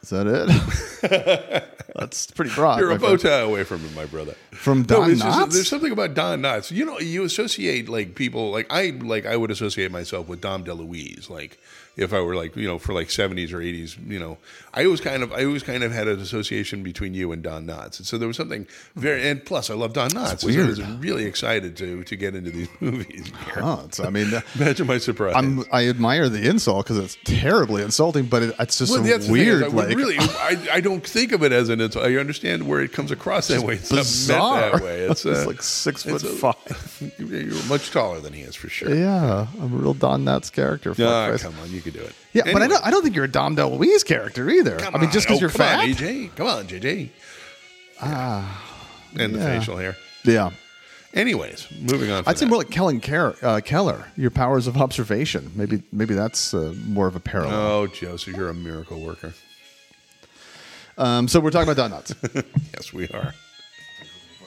Speaker 1: Is that it? That's pretty broad.
Speaker 3: You're
Speaker 1: my
Speaker 3: a bow
Speaker 1: friend.
Speaker 3: tie away from him, my brother.
Speaker 1: From
Speaker 3: No,
Speaker 1: Don
Speaker 3: it's just-
Speaker 1: Knotts?
Speaker 3: there's something about Don Knotts. You know, you associate like people like I like I would associate myself with Dom DeLuise. Like if I were like you know for like 70s or 80s, you know, I always kind of I always kind of had an association between you and Don Knotts, and so there was something very. And plus, I love Don Knotts. so I was really excited to to get into these movies. here.
Speaker 1: Oh, it's, I mean,
Speaker 3: Imagine my surprise.
Speaker 1: I'm, I admire the insult because it's terribly insulting, but it, it's just
Speaker 3: Well, that's the thing is,
Speaker 1: weird.
Speaker 3: I would
Speaker 1: like, uh,
Speaker 3: really, I, I don't think of it as an insult. I understand where it comes across that way. It's not meant
Speaker 1: bizarre.
Speaker 3: that way. It's,
Speaker 1: He's
Speaker 3: uh,
Speaker 1: like six foot
Speaker 3: it's a-
Speaker 1: five.
Speaker 3: You're much taller than he is for sure.
Speaker 1: yeah, I'm a real Don Knotts character. fuck
Speaker 3: Ah,
Speaker 1: Christ.
Speaker 3: come on, you could do it.
Speaker 1: yeah, but I
Speaker 3: Anyway,
Speaker 1: don't, I don't think you're a Dom DeLuise character either. I
Speaker 3: come
Speaker 1: mean, just because
Speaker 3: on. Oh,
Speaker 1: you're
Speaker 3: come
Speaker 1: fat.
Speaker 3: on, AJ. Come on, JJ. Ah, and the
Speaker 1: yeah.
Speaker 3: facial hair.
Speaker 1: Yeah.
Speaker 3: Anyways, moving on. from
Speaker 1: I'd say
Speaker 3: that.
Speaker 1: more like Kellen Ker- uh, Keller, your powers of observation. Maybe maybe that's uh, more of a parallel.
Speaker 3: Oh, Joseph, you're a miracle worker.
Speaker 1: Um, so we're talking about donuts.
Speaker 3: Yes, we are.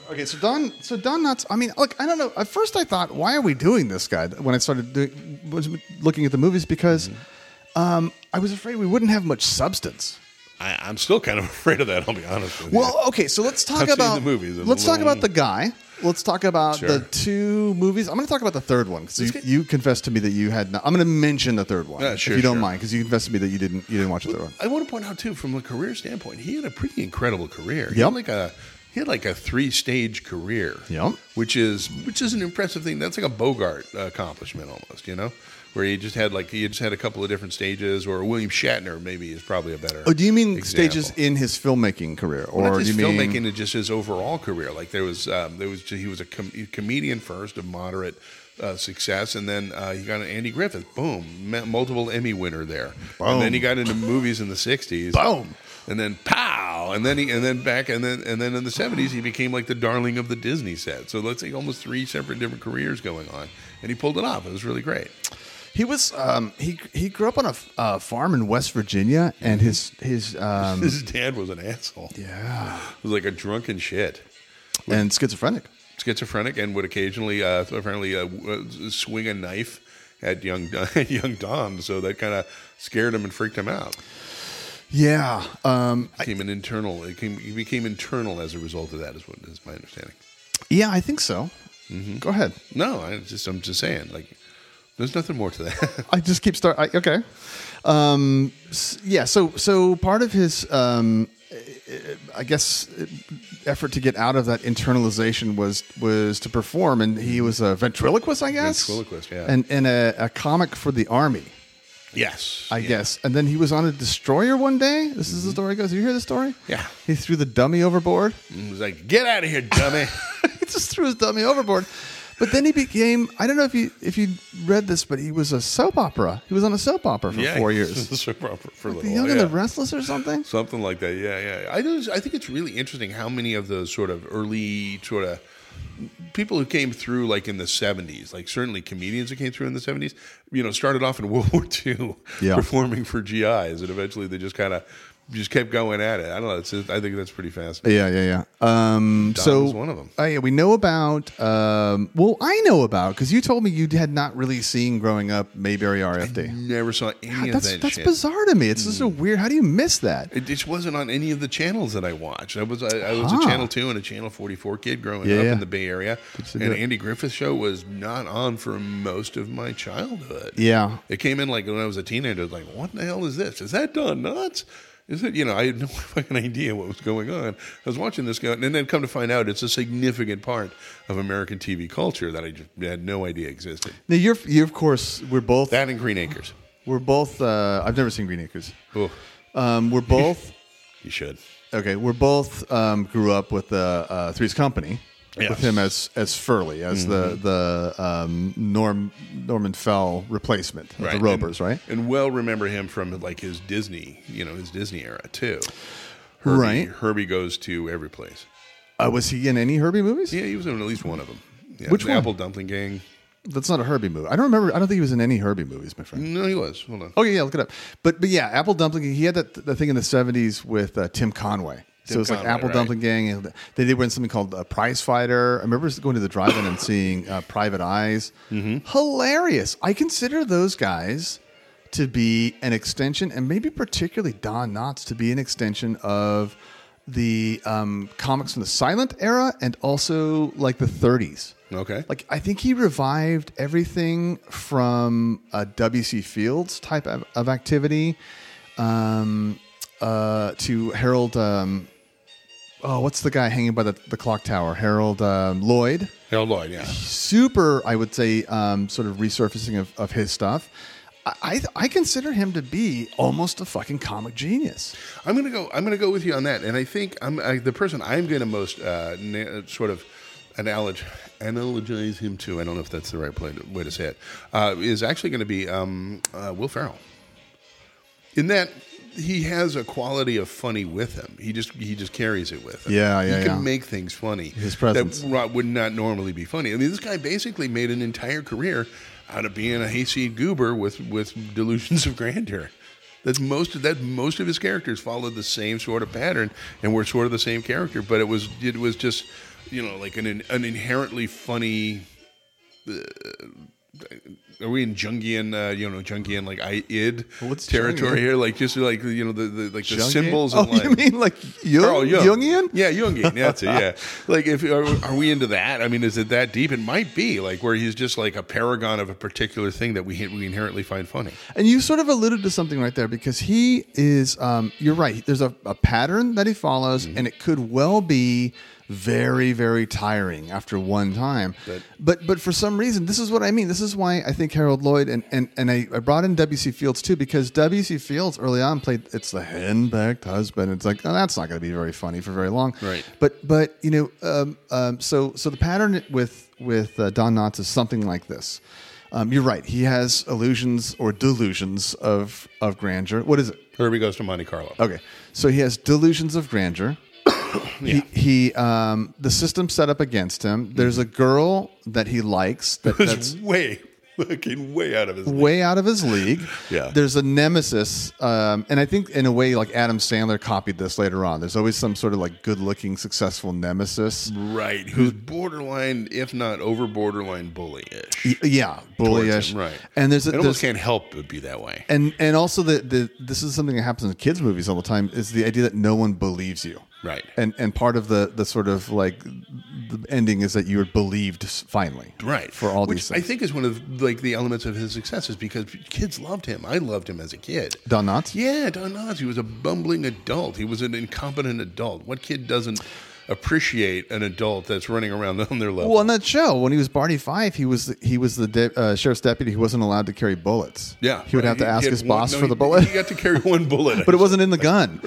Speaker 1: Okay, so Don, so Don Knotts. I mean, look, I don't know. At first, I thought, why are we doing this guy? When I started doing, was looking at the movies, because
Speaker 3: Mm-hmm.
Speaker 1: um, I was afraid we wouldn't have much substance.
Speaker 3: I, I'm still kind of afraid of that. I'll be honest with you.
Speaker 1: Well, okay, so let's talk
Speaker 3: I've seen
Speaker 1: about
Speaker 3: the movies. I'm
Speaker 1: Let's
Speaker 3: a
Speaker 1: talk
Speaker 3: little-
Speaker 1: about the guy. Let's talk about
Speaker 3: Sure.
Speaker 1: the two movies. I'm going to talk about the third one because you,
Speaker 3: get-
Speaker 1: you confessed to me that you had. Not, I'm going to mention the third one
Speaker 3: Yeah, sure,
Speaker 1: if you don't
Speaker 3: sure.
Speaker 1: mind because you confessed to me that you didn't you didn't watch the third one.
Speaker 3: I want to point out too, from a career standpoint, he had a pretty incredible career. He
Speaker 1: Yep.
Speaker 3: had like a he had like a three stage career.
Speaker 1: Yep.
Speaker 3: Which is which is an impressive thing. That's like a Bogart accomplishment almost. You know, where he just had like he just had a couple of different stages, or William Shatner maybe is probably a better.
Speaker 1: Oh, do you mean
Speaker 3: example.
Speaker 1: stages in his filmmaking career, or
Speaker 3: Well, not
Speaker 1: do
Speaker 3: just
Speaker 1: you mean
Speaker 3: filmmaking and just his overall career. Like there was, um, there was he was a com- comedian first of moderate uh, success, and then uh, he got an Andy Griffith, boom, m- multiple Emmy winner there, and then he got into movies in the '60s,
Speaker 1: Boom.
Speaker 3: and then pow, and then he, and then back, and then and then in the '70s he became like the darling of the Disney set. So let's say almost three separate different careers going on, and he pulled it off. It was really great.
Speaker 1: He was um, he he grew up on a f- uh, farm in West Virginia, and his his um,
Speaker 3: His dad was an asshole.
Speaker 1: yeah,
Speaker 3: It was like a drunken shit.
Speaker 1: and schizophrenic.
Speaker 3: schizophrenic and would occasionally uh, apparently uh, w- uh, swing a knife at young at young Dom. So that kind of scared him and freaked him out.
Speaker 1: Yeah, um,
Speaker 3: Became an internal. It came, he became internal as a result of that. Is what is my understanding.
Speaker 1: yeah, I think so. Go ahead.
Speaker 3: No, I just I'm just saying like. There's nothing more to that.
Speaker 1: I just keep start. I, okay. Um, s- yeah. So so part of his um, I guess uh, effort to get out of that internalization was was to perform, and he was a ventriloquist, I guess.
Speaker 3: Ventriloquist, yeah.
Speaker 1: And and a, a comic for the army.
Speaker 3: yes,
Speaker 1: I
Speaker 3: Yeah. Mm-hmm.
Speaker 1: guess. And then he was on a destroyer one day. This is the story goes. You hear the story?
Speaker 3: Yeah. Mm.
Speaker 1: He threw the dummy overboard.
Speaker 3: It was like, "Get out of here, dummy!"
Speaker 1: he just threw his dummy overboard. But then he became I don't know if you if you read this, but he was a soap opera. He was on a soap opera for
Speaker 3: Yeah,
Speaker 1: four years.
Speaker 3: so proper for a
Speaker 1: The
Speaker 3: little
Speaker 1: Young
Speaker 3: while,
Speaker 1: and the
Speaker 3: yeah.
Speaker 1: Restless or something?
Speaker 3: something like that. Yeah, yeah. I just, I think it's really interesting how many of those sort of early sort of people who came through like in the 70s, like certainly comedians who came through in the 70s, you know, started off in World War II
Speaker 1: Yeah.
Speaker 3: performing for GIs, and eventually they just kind of just kept going at it. I don't know. It's I think that's pretty fascinating.
Speaker 1: Yeah, yeah, yeah. Um, so
Speaker 3: was one of 'em.
Speaker 1: Oh, yeah, we know about. Um, well, I know about because you told me you had not really seen growing up Mayberry RFD.
Speaker 3: Never saw any of
Speaker 1: That's
Speaker 3: that
Speaker 1: that's
Speaker 3: shit. Mm.
Speaker 1: bizarre to me. It's just a weird. How do you miss that?
Speaker 3: It just wasn't on any of the channels that I watched. I was I, I was
Speaker 1: Huh.
Speaker 3: a Channel Two and a Channel Forty Four kid growing
Speaker 1: Yeah,
Speaker 3: up
Speaker 1: yeah.
Speaker 3: in the Bay Area,
Speaker 1: to
Speaker 3: and
Speaker 1: do it.
Speaker 3: Andy Griffith Show was not on for most of my childhood.
Speaker 1: Yeah,
Speaker 3: it came in like when I was a teenager. Like, what the hell is this? Is that Don Nuts? Is it? You know, I had no fucking idea what was going on. I was watching this guy, and then come to find out, it's a significant part of American TV culture that I just had no idea existed.
Speaker 1: Now you're, you of course, we're both
Speaker 3: That and Green Acres.
Speaker 1: we're both. Uh, I've never seen Green Acres.
Speaker 3: Oh,
Speaker 1: Um, we're both
Speaker 3: you should.
Speaker 1: okay. We're both um, grew up with uh, uh, Three's Company
Speaker 3: Yes. Mm-hmm.
Speaker 1: with him as as Furley as the the um, Norm Norman Fell replacement of the Ropers,
Speaker 3: and,
Speaker 1: right?
Speaker 3: And well remember him from like his Disney, you know, his Disney era too. Herbie,
Speaker 1: Right.
Speaker 3: Herbie goes to every place.
Speaker 1: Uh, was he in any Herbie movies?
Speaker 3: Yeah, he was in at least one of them. Yeah,
Speaker 1: Which
Speaker 3: the
Speaker 1: one?
Speaker 3: Apple Dumpling Gang.
Speaker 1: That's not a Herbie movie. I don't remember. I don't think he was in any Herbie movies, my friend.
Speaker 3: No, he was. Hold on.
Speaker 1: Okay, Oh, yeah, look it up. But but yeah, Apple Dumpling. He had that the thing in the '70s with uh, Tim Conway. So
Speaker 3: Tim
Speaker 1: it was like
Speaker 3: Conway,
Speaker 1: Apple
Speaker 3: right.
Speaker 1: Dumpling Gang. and They did win something called uh, Prize Fighter. I remember going to the drive-in and seeing uh, Private Eyes.
Speaker 3: Mm-hmm.
Speaker 1: Hilarious. I consider those guys to be an extension, and maybe particularly Don Knotts to be an extension of the um, comics from the silent era and also like the 30s.
Speaker 3: Okay.
Speaker 1: Oh. Like I think he revived everything from a WC Fields type of, of activity um, uh, to Harold. Um, oh, what's the guy hanging by the, the clock tower? Harold um, Lloyd.
Speaker 3: Harold Lloyd. Yeah.
Speaker 1: Super, I would say, um, sort of resurfacing of, of his stuff. I, I I consider him to be almost a fucking comic genius.
Speaker 3: I'm gonna go. I'm gonna go with you on that, and I think I'm I, the person I'm gonna most uh, na- sort of analog- analogize him to. I don't know if that's the right play way to say it. Uh, is actually going to be um, uh, Will Ferrell. In that, he has a quality of funny with him. He just he just carries it with him.
Speaker 1: Yeah, yeah,
Speaker 3: He can
Speaker 1: yeah.
Speaker 3: make things funny.
Speaker 1: His presence.
Speaker 3: that ro- would not normally be funny. I mean, this guy basically made an entire career out of being a hayseed goober with with delusions of grandeur. That's most of that. Most of his characters followed the same sort of pattern and were sort of the same character. But it was it was just you know like an an inherently funny uh, are we in Jungian, uh, you know, Jungian like I id
Speaker 1: What's
Speaker 3: territory
Speaker 1: Jungian?
Speaker 3: here? Like just like you know the, the like the
Speaker 1: Jungian?
Speaker 3: symbols.
Speaker 1: Oh,
Speaker 3: of like,
Speaker 1: you mean like Jung,
Speaker 3: Carl Jung.
Speaker 1: Jungian?
Speaker 3: Yeah, Jungian. That's it. Yeah. like, if are, are we into that? I mean, is it that deep? It might be. Like, where he's just like a paragon of a particular thing that we we inherently find funny.
Speaker 1: And you sort of alluded to something right there because he is, um, you're right. There's a, a pattern that he follows, and it could well be very, very tiring after one time. But, but, for some reason, this is what I mean. This is why I think Harold Lloyd and, and, and I, I brought in W.C. Fields too because W.C. Fields early on played, it's the hen backed husband. It's like, oh, that's not going to be very funny for very long.
Speaker 3: Right.
Speaker 1: But, but you know, um, um, so, so the pattern with, with uh, Don Knotts is something like this. Um, you're right. He has illusions or delusions of of grandeur. What is it?
Speaker 3: Herbie goes to Monte Carlo.
Speaker 1: Okay, so he has delusions of grandeur. He, he um, the system set up against him. There's a girl that he likes that,
Speaker 3: That's
Speaker 1: that's
Speaker 3: way looking way out of his. league.
Speaker 1: way out of his league.
Speaker 3: Yeah.
Speaker 1: There's a nemesis, um, and I think in a way like Adam Sandler copied this later on. There's always some sort of like good-looking, successful nemesis.
Speaker 3: Right, who's borderline, if not over borderline, bullyish.
Speaker 1: Y- Yeah,
Speaker 3: towards
Speaker 1: bullyish.
Speaker 3: him, right?
Speaker 1: And there's a,
Speaker 3: it almost
Speaker 1: there's,
Speaker 3: can't help but be that way.
Speaker 1: and and also the, the this is something that happens in kids movies all the time is the idea that no one believes you
Speaker 3: Right.
Speaker 1: and and part of the the sort of like the ending is that you're believed s- finally
Speaker 3: right
Speaker 1: for all
Speaker 3: Which
Speaker 1: these things
Speaker 3: I think is one of like the elements of his success is because kids loved him. I loved him as a kid.
Speaker 1: Don Knotts?
Speaker 3: Yeah, Don Knotts. He was a bumbling adult. He was an incompetent adult. What kid doesn't appreciate an adult that's running around on their level?
Speaker 1: well on that show when he was barney fife he was the, he was the de- uh, sheriff's deputy who wasn't allowed to carry bullets
Speaker 3: yeah,
Speaker 1: he would have to
Speaker 3: He
Speaker 1: ask
Speaker 3: had
Speaker 1: his
Speaker 3: one-
Speaker 1: boss
Speaker 3: no,
Speaker 1: for
Speaker 3: he-
Speaker 1: the bullet
Speaker 3: He got to carry one bullet,
Speaker 1: but it wasn't in the gun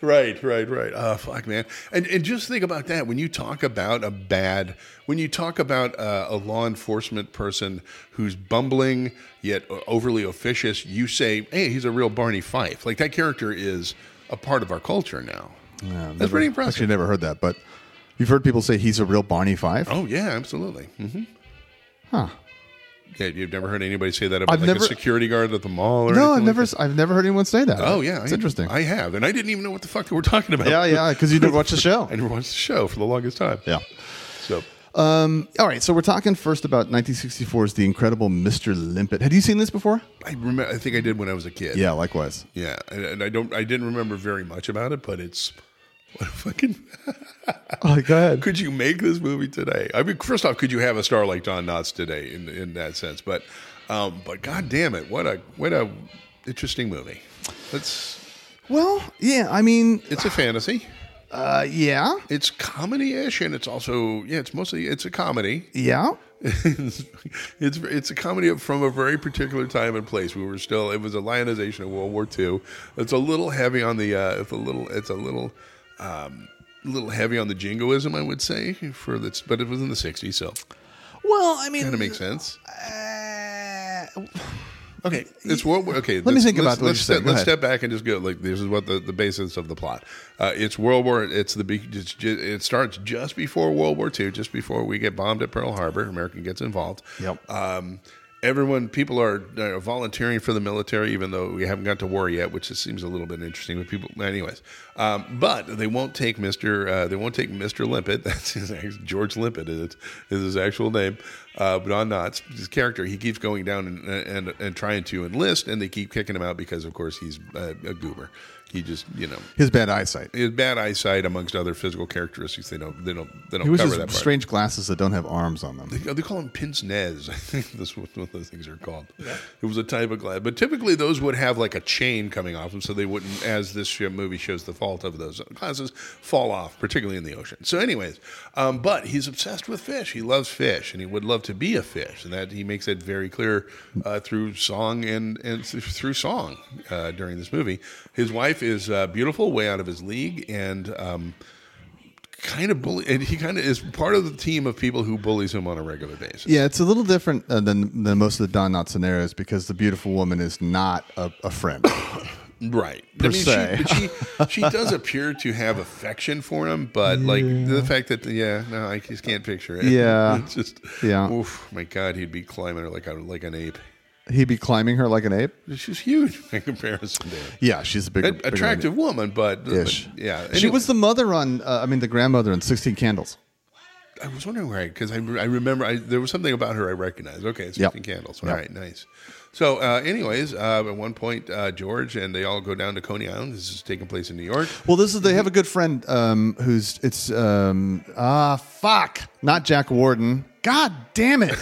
Speaker 3: right, right, right. Oh, fuck, man. And, and just think about that. When you talk about a bad, when you talk about uh, a law enforcement person who's bumbling yet overly officious, you say, hey, he's a real Barney Fife. Like that character is a part of our culture now.
Speaker 1: Yeah,
Speaker 3: That's
Speaker 1: never-
Speaker 3: pretty impressive.
Speaker 1: actually never heard that but you've heard people say he's a real barney fife
Speaker 3: Oh, yeah, absolutely. hmm
Speaker 1: huh
Speaker 3: Yeah, you've never heard anybody say that about
Speaker 1: I've
Speaker 3: like a
Speaker 1: never-
Speaker 3: security guard at the mall or
Speaker 1: no i've
Speaker 3: anything
Speaker 1: never
Speaker 3: like
Speaker 1: s- i've never heard anyone say that
Speaker 3: that? Oh, yeah.
Speaker 1: it's
Speaker 3: I-
Speaker 1: interesting
Speaker 3: I have. And I didn't even know what the fuck they were talking about.
Speaker 1: yeah yeah because you didn't watch the show
Speaker 3: I never watched the show for the longest time.
Speaker 1: yeah
Speaker 3: So.
Speaker 1: All right, so we're talking first about 1964's The Incredible Mr. Limpet. Had you seen this before?
Speaker 3: I remember. I think I did when I was a kid.
Speaker 1: Yeah, likewise.
Speaker 3: yeah. And, and I don't. I didn't remember very much about it, but it's what a fucking.
Speaker 1: Oh, go ahead.
Speaker 3: could you make this movie today? I mean, first off, could you have a star like Don Knotts today in in that sense? But, um, but god damn it, what a what a interesting movie. That's
Speaker 1: Well, yeah, I mean,
Speaker 3: it's a fantasy.
Speaker 1: uh, yeah,
Speaker 3: It's comedy-ish, and it's also yeah. It's mostly it's a comedy.
Speaker 1: yeah.
Speaker 3: it's it's a comedy from a very particular time and place. We were still it was a lionization of World War II. It's a little heavy on the uh, it's a little it's a little um, little heavy on the jingoism, I would say for this, but it was in the '60s, so
Speaker 1: Well, I mean,
Speaker 3: kind of makes sense.
Speaker 1: Uh,
Speaker 3: Okay, it's World War. Okay,
Speaker 1: Let me think about what
Speaker 3: let's
Speaker 1: you
Speaker 3: step,
Speaker 1: said. Go
Speaker 3: Let's
Speaker 1: ahead.
Speaker 3: step back and just go. Like this is what the, the basis of the plot. Uh, it's World War. It's the be- it's, ju- it starts just before World War II, just before we get bombed at Pearl Harbor. America gets involved.
Speaker 1: Yep.
Speaker 3: Um, everyone, people are, are volunteering for the military, even though we haven't got to war yet, which just seems a little bit interesting. But people, anyways, um, but they won't take Mister. Uh, they won't take Mister Limpet. That's his ex- George Limpet is, is his actual name. Uh, but on Knotts, his character, he keeps going down and, and and trying to enlist, and they keep kicking him out because, of course, he's a, a goober. He just, you know,
Speaker 1: his bad eyesight.
Speaker 3: his bad eyesight, amongst other physical characteristics, they don't, they don't, they don't
Speaker 1: He was
Speaker 3: cover
Speaker 1: his
Speaker 3: that part.
Speaker 1: strange glasses that don't have arms on them.
Speaker 3: They, they call them pince nez. I think that's what what those things are called. It was a type of glass, but typically those would have like a chain coming off them, so they wouldn't, as this sh- movie shows, the fault of those glasses fall off, particularly in the ocean. So, anyways, um, but he's obsessed with fish. He loves fish, and he would love to be a fish, and that he makes that very clear uh, through song and and th- through song uh, during this movie. His wife is uh, beautiful, way out of his league, and. Um, kind of bully and he kind of is part of the team of people who bullies him on a regular basis.
Speaker 1: Yeah, it's a little different uh, than than most of the Don Knotts scenarios because the beautiful woman is not a, a friend.
Speaker 3: Right.
Speaker 1: per
Speaker 3: I mean,
Speaker 1: se.
Speaker 3: She, but she she does appear to have affection for him, but like the fact that yeah, no, I just can't picture it.
Speaker 1: Yeah.
Speaker 3: it's just
Speaker 1: Yeah.
Speaker 3: Oof, my God, he'd be climbing her like a like an ape.
Speaker 1: He'd be climbing her like an ape.
Speaker 3: She's huge in comparison to him.
Speaker 1: Yeah, she's a big,
Speaker 3: An attractive woman, but, but
Speaker 1: Ish.
Speaker 3: yeah,
Speaker 1: She
Speaker 3: Anyway,
Speaker 1: was the mother on, uh, I mean, the grandmother in 16 Candles.
Speaker 3: I was wondering where because I, I remember I, there was something about her I recognized. Okay, it's
Speaker 1: Yep.
Speaker 3: fifteen candles.
Speaker 1: Yep.
Speaker 3: All right, nice. So, uh, anyways, uh, at one point, uh, George and they all go down to Coney Island. This is taking place in New York.
Speaker 1: Well, this is, they have a good friend um, who's, it's, um, ah, fuck, not Jack Warden. God damn it.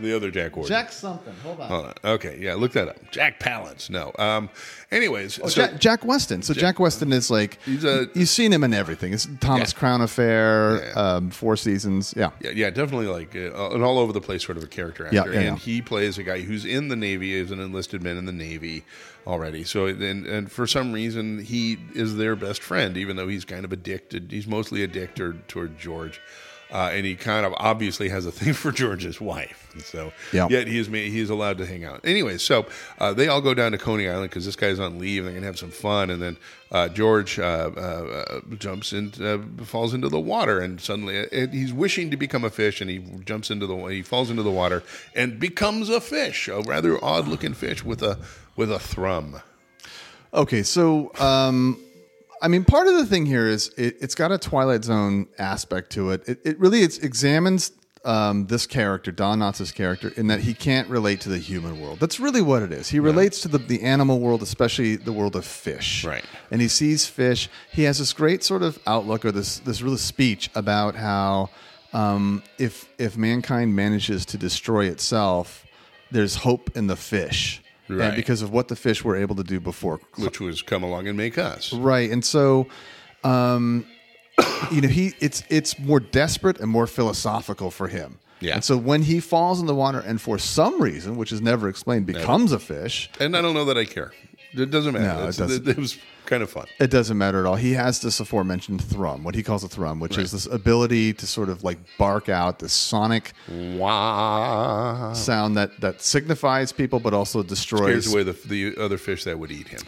Speaker 3: The other Jack Ward.
Speaker 1: Jack something. Hold on.
Speaker 3: Hold on. Okay, yeah, look that up. Jack Palance. No. Um. Anyways, so-
Speaker 1: Oh, Jack, Jack Weston. So Jack, Weston is like
Speaker 3: He's a-
Speaker 1: you've seen him in everything. It's Thomas
Speaker 3: Yeah.
Speaker 1: Crown Affair,
Speaker 3: Yeah.
Speaker 1: Um, Four Seasons. Yeah,
Speaker 3: yeah, yeah, definitely like uh, an all over the place sort of a character actor,
Speaker 1: Yeah, yeah,
Speaker 3: and
Speaker 1: yeah.
Speaker 3: he plays a guy who's in the Navy, is an enlisted man in the Navy already. So then, and for some reason, he is their best friend, even though he's kind of addicted. He's mostly addicted toward George. Uh, and he kind of obviously has a thing for George's wife, And so
Speaker 1: Yeah.
Speaker 3: yet he is ma- he is allowed to hang out. Anyway, so uh, they all go down to Coney Island because this guy's on leave. and They're gonna have some fun, and then uh, George uh, uh, uh, jumps in, uh, falls into the water, and suddenly uh, it, he's wishing to become a fish, and he jumps into the wa- he falls into the water and becomes a fish, a rather odd looking fish with a with a thrum.
Speaker 1: Okay, so um, I mean, part of the thing here is it, it's got a Twilight Zone aspect to it. It, it really it's examines um, this character, Don Knotts' character, in that he can't relate to the human world. That's really what it is. He relates to the, the animal world, especially the world of fish.
Speaker 3: Right.
Speaker 1: And he sees fish. He has this great sort of outlook or this this real speech about how um, if if mankind manages to destroy itself, there's hope in the fish. And
Speaker 3: Right.
Speaker 1: because of what the fish were able to do before
Speaker 3: Which was come along and make us.
Speaker 1: Right. And so um you know, he it's it's more desperate and more philosophical for him.
Speaker 3: Yeah.
Speaker 1: And so when he falls in the water and for some reason, which is never explained, becomes a fish,
Speaker 3: And I don't know that I care. It doesn't matter.
Speaker 1: No, it
Speaker 3: It's-
Speaker 1: doesn't.
Speaker 3: it was kind of fun.
Speaker 1: it doesn't matter at all. He has this aforementioned thrum, what he calls a thrum, which is this ability to sort of like bark out this sonic
Speaker 3: Oh. Wow.
Speaker 1: sound that that signifies people but also destroys
Speaker 3: Scares away the, the other fish that would eat him.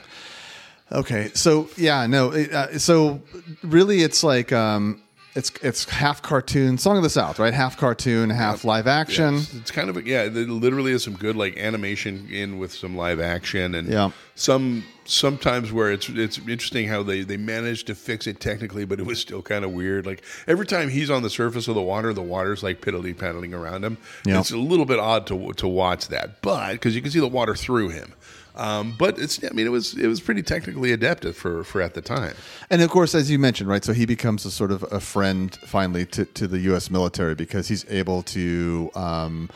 Speaker 1: Okay, so yeah, no, it, uh, so really, it's like um, it's it's half cartoon, Song of the South, right? Half cartoon, half live action.
Speaker 3: It's, it's kind of a, yeah. There literally is some good like animation in with some live action and
Speaker 1: Yeah.
Speaker 3: some sometimes where it's it's interesting how they they managed to fix it technically, but it was still kind of weird. Like every time he's on the surface of the water, the water's like piddly paddling around him.
Speaker 1: Yeah.
Speaker 3: It's a little bit odd to to watch that, but because you can see the water through him. Um, but it's I mean it was it was pretty technically adept for for at the time.
Speaker 1: And of course, as you mentioned, right? So he becomes a sort of a friend finally to, to the U.S. military because he's able to um,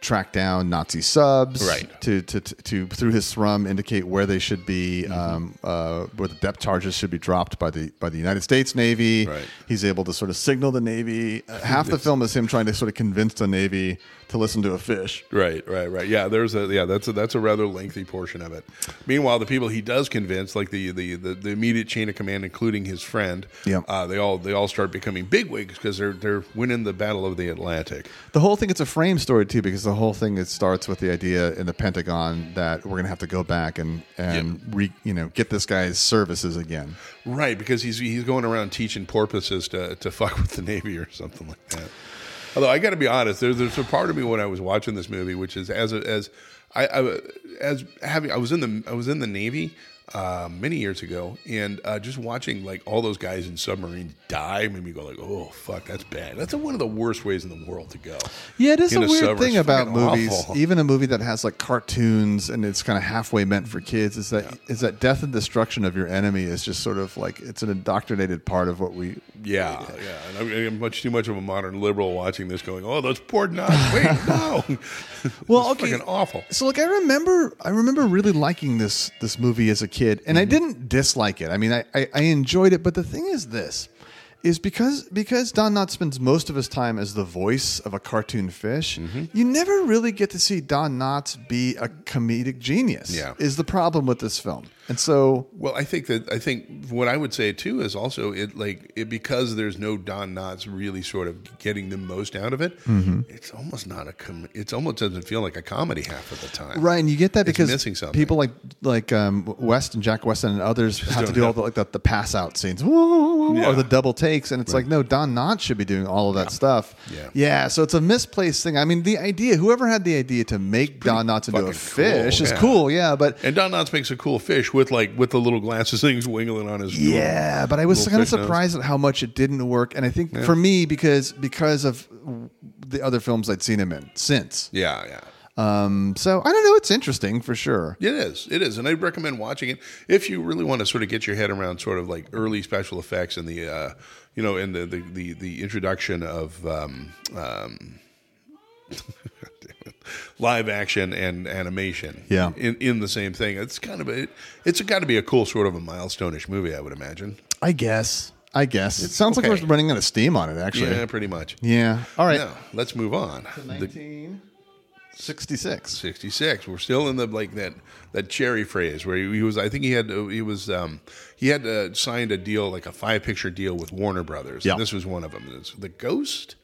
Speaker 1: track down Nazi subs,
Speaker 3: Right.
Speaker 1: To, to, to, to through his thrum indicate where they should be,
Speaker 3: Mm-hmm.
Speaker 1: um, uh, where the depth charges should be dropped by the by the United States Navy.
Speaker 3: Right.
Speaker 1: He's able to sort of signal the Navy. Uh, Half the film is him trying to sort of convince the Navy to listen to a fish.
Speaker 3: Right, right, right. Yeah, there's a yeah. That's a that's a rather lengthy portion of it. Meanwhile, the people he does convince, like the the the, the immediate chain of command, including his friend,
Speaker 1: Yeah.
Speaker 3: uh, they all they all start becoming bigwigs because they're they're winning the battle of the Atlantic.
Speaker 1: The whole thing it's a frame story too, because the whole thing it starts with the idea in the Pentagon that we're gonna have to go back and and re, you know get this guy's services again.
Speaker 3: Right, because he's he's going around teaching porpoises to to fuck with the Navy or something like that. Although I got to be honest, there, there's a part of me when I was watching this movie, which is as a, as I, I as having I was in the I was in the Navy uh, many years ago, and uh, just watching like all those guys in submarines die made me go like, oh fuck, that's bad. That's one of the worst ways in the world to go.
Speaker 1: Yeah, it is
Speaker 3: In
Speaker 1: a
Speaker 3: a
Speaker 1: weird
Speaker 3: summer,
Speaker 1: thing
Speaker 3: it's
Speaker 1: about
Speaker 3: fucking
Speaker 1: movies,
Speaker 3: awful.
Speaker 1: even a movie that has like cartoons and it's kind of halfway meant for kids. Is that is that death and destruction of your enemy is just sort of like it's an indoctrinated part of what we.
Speaker 3: Yeah, yeah. And I'm, I'm much too much of a modern liberal watching this, going, oh, those poor Nazis. Wait, no.
Speaker 1: Well,
Speaker 3: It's fucking awful.
Speaker 1: So like I remember I remember really liking this this movie as a kid and I
Speaker 3: Mm-hmm.
Speaker 1: didn't dislike it. I mean I, I, I enjoyed it, but the thing is this is because because Don Knotts spends most of his time as the voice of a cartoon fish,
Speaker 3: Mm-hmm.
Speaker 1: you never really get to see Don Knotts be a comedic genius.
Speaker 3: Yeah.
Speaker 1: Is the problem with this film. And so
Speaker 3: Well, I think that I think what I would say too is also it like it because there's no Don Knotts really sort of getting the most out of it.
Speaker 1: Mm-hmm.
Speaker 3: It's almost not a com- it's almost doesn't feel like a comedy half of the time.
Speaker 1: Right, and you get that
Speaker 3: It's
Speaker 1: because
Speaker 3: missing something.
Speaker 1: people like like um, West and Jack Weston and others have to
Speaker 3: don't
Speaker 1: do all
Speaker 3: have-
Speaker 1: the like the, the pass out scenes whoa, whoa, whoa, whoa,
Speaker 3: Yeah.
Speaker 1: or the double takes, and it's like no, Don Knotts should be doing all of that stuff.
Speaker 3: Yeah.
Speaker 1: so it's a misplaced thing. I mean, the idea, whoever had the idea to make Don Knotts into a
Speaker 3: fucking
Speaker 1: fish
Speaker 3: cool,
Speaker 1: is
Speaker 3: yeah.
Speaker 1: cool, yeah, but.
Speaker 3: And Don Knotts makes a cool fish with like with the little glasses things wiggling on his
Speaker 1: yeah, but I was
Speaker 3: Little
Speaker 1: kind of
Speaker 3: fish nose.
Speaker 1: surprised at how much it didn't work, and I think for me because because of the other films I'd seen him in since.
Speaker 3: Yeah, yeah.
Speaker 1: Um, so I don't know. It's interesting for sure.
Speaker 3: It is. It is. And I'd recommend watching it if you really want to sort of get your head around sort of like early special effects and the uh you know, and the the the, the introduction of um um live action and animation
Speaker 1: Yeah.
Speaker 3: in, in the same thing it's kind of a it, it's got to be a cool sort of a milestone-ish movie i would imagine
Speaker 1: I guess. I guess. It sounds like
Speaker 3: okay.
Speaker 1: we're running out of steam on it, actually.
Speaker 3: yeah
Speaker 1: Yeah.
Speaker 3: pretty much
Speaker 1: All right.
Speaker 3: now let's move on the
Speaker 1: 1966.
Speaker 3: 66 we're still in the like that that cherry phrase where he, he was i think he had uh, he was um he had uh, signed a deal like a five picture deal with warner brothers
Speaker 1: Yeah.
Speaker 3: and this was one of them it's the ghost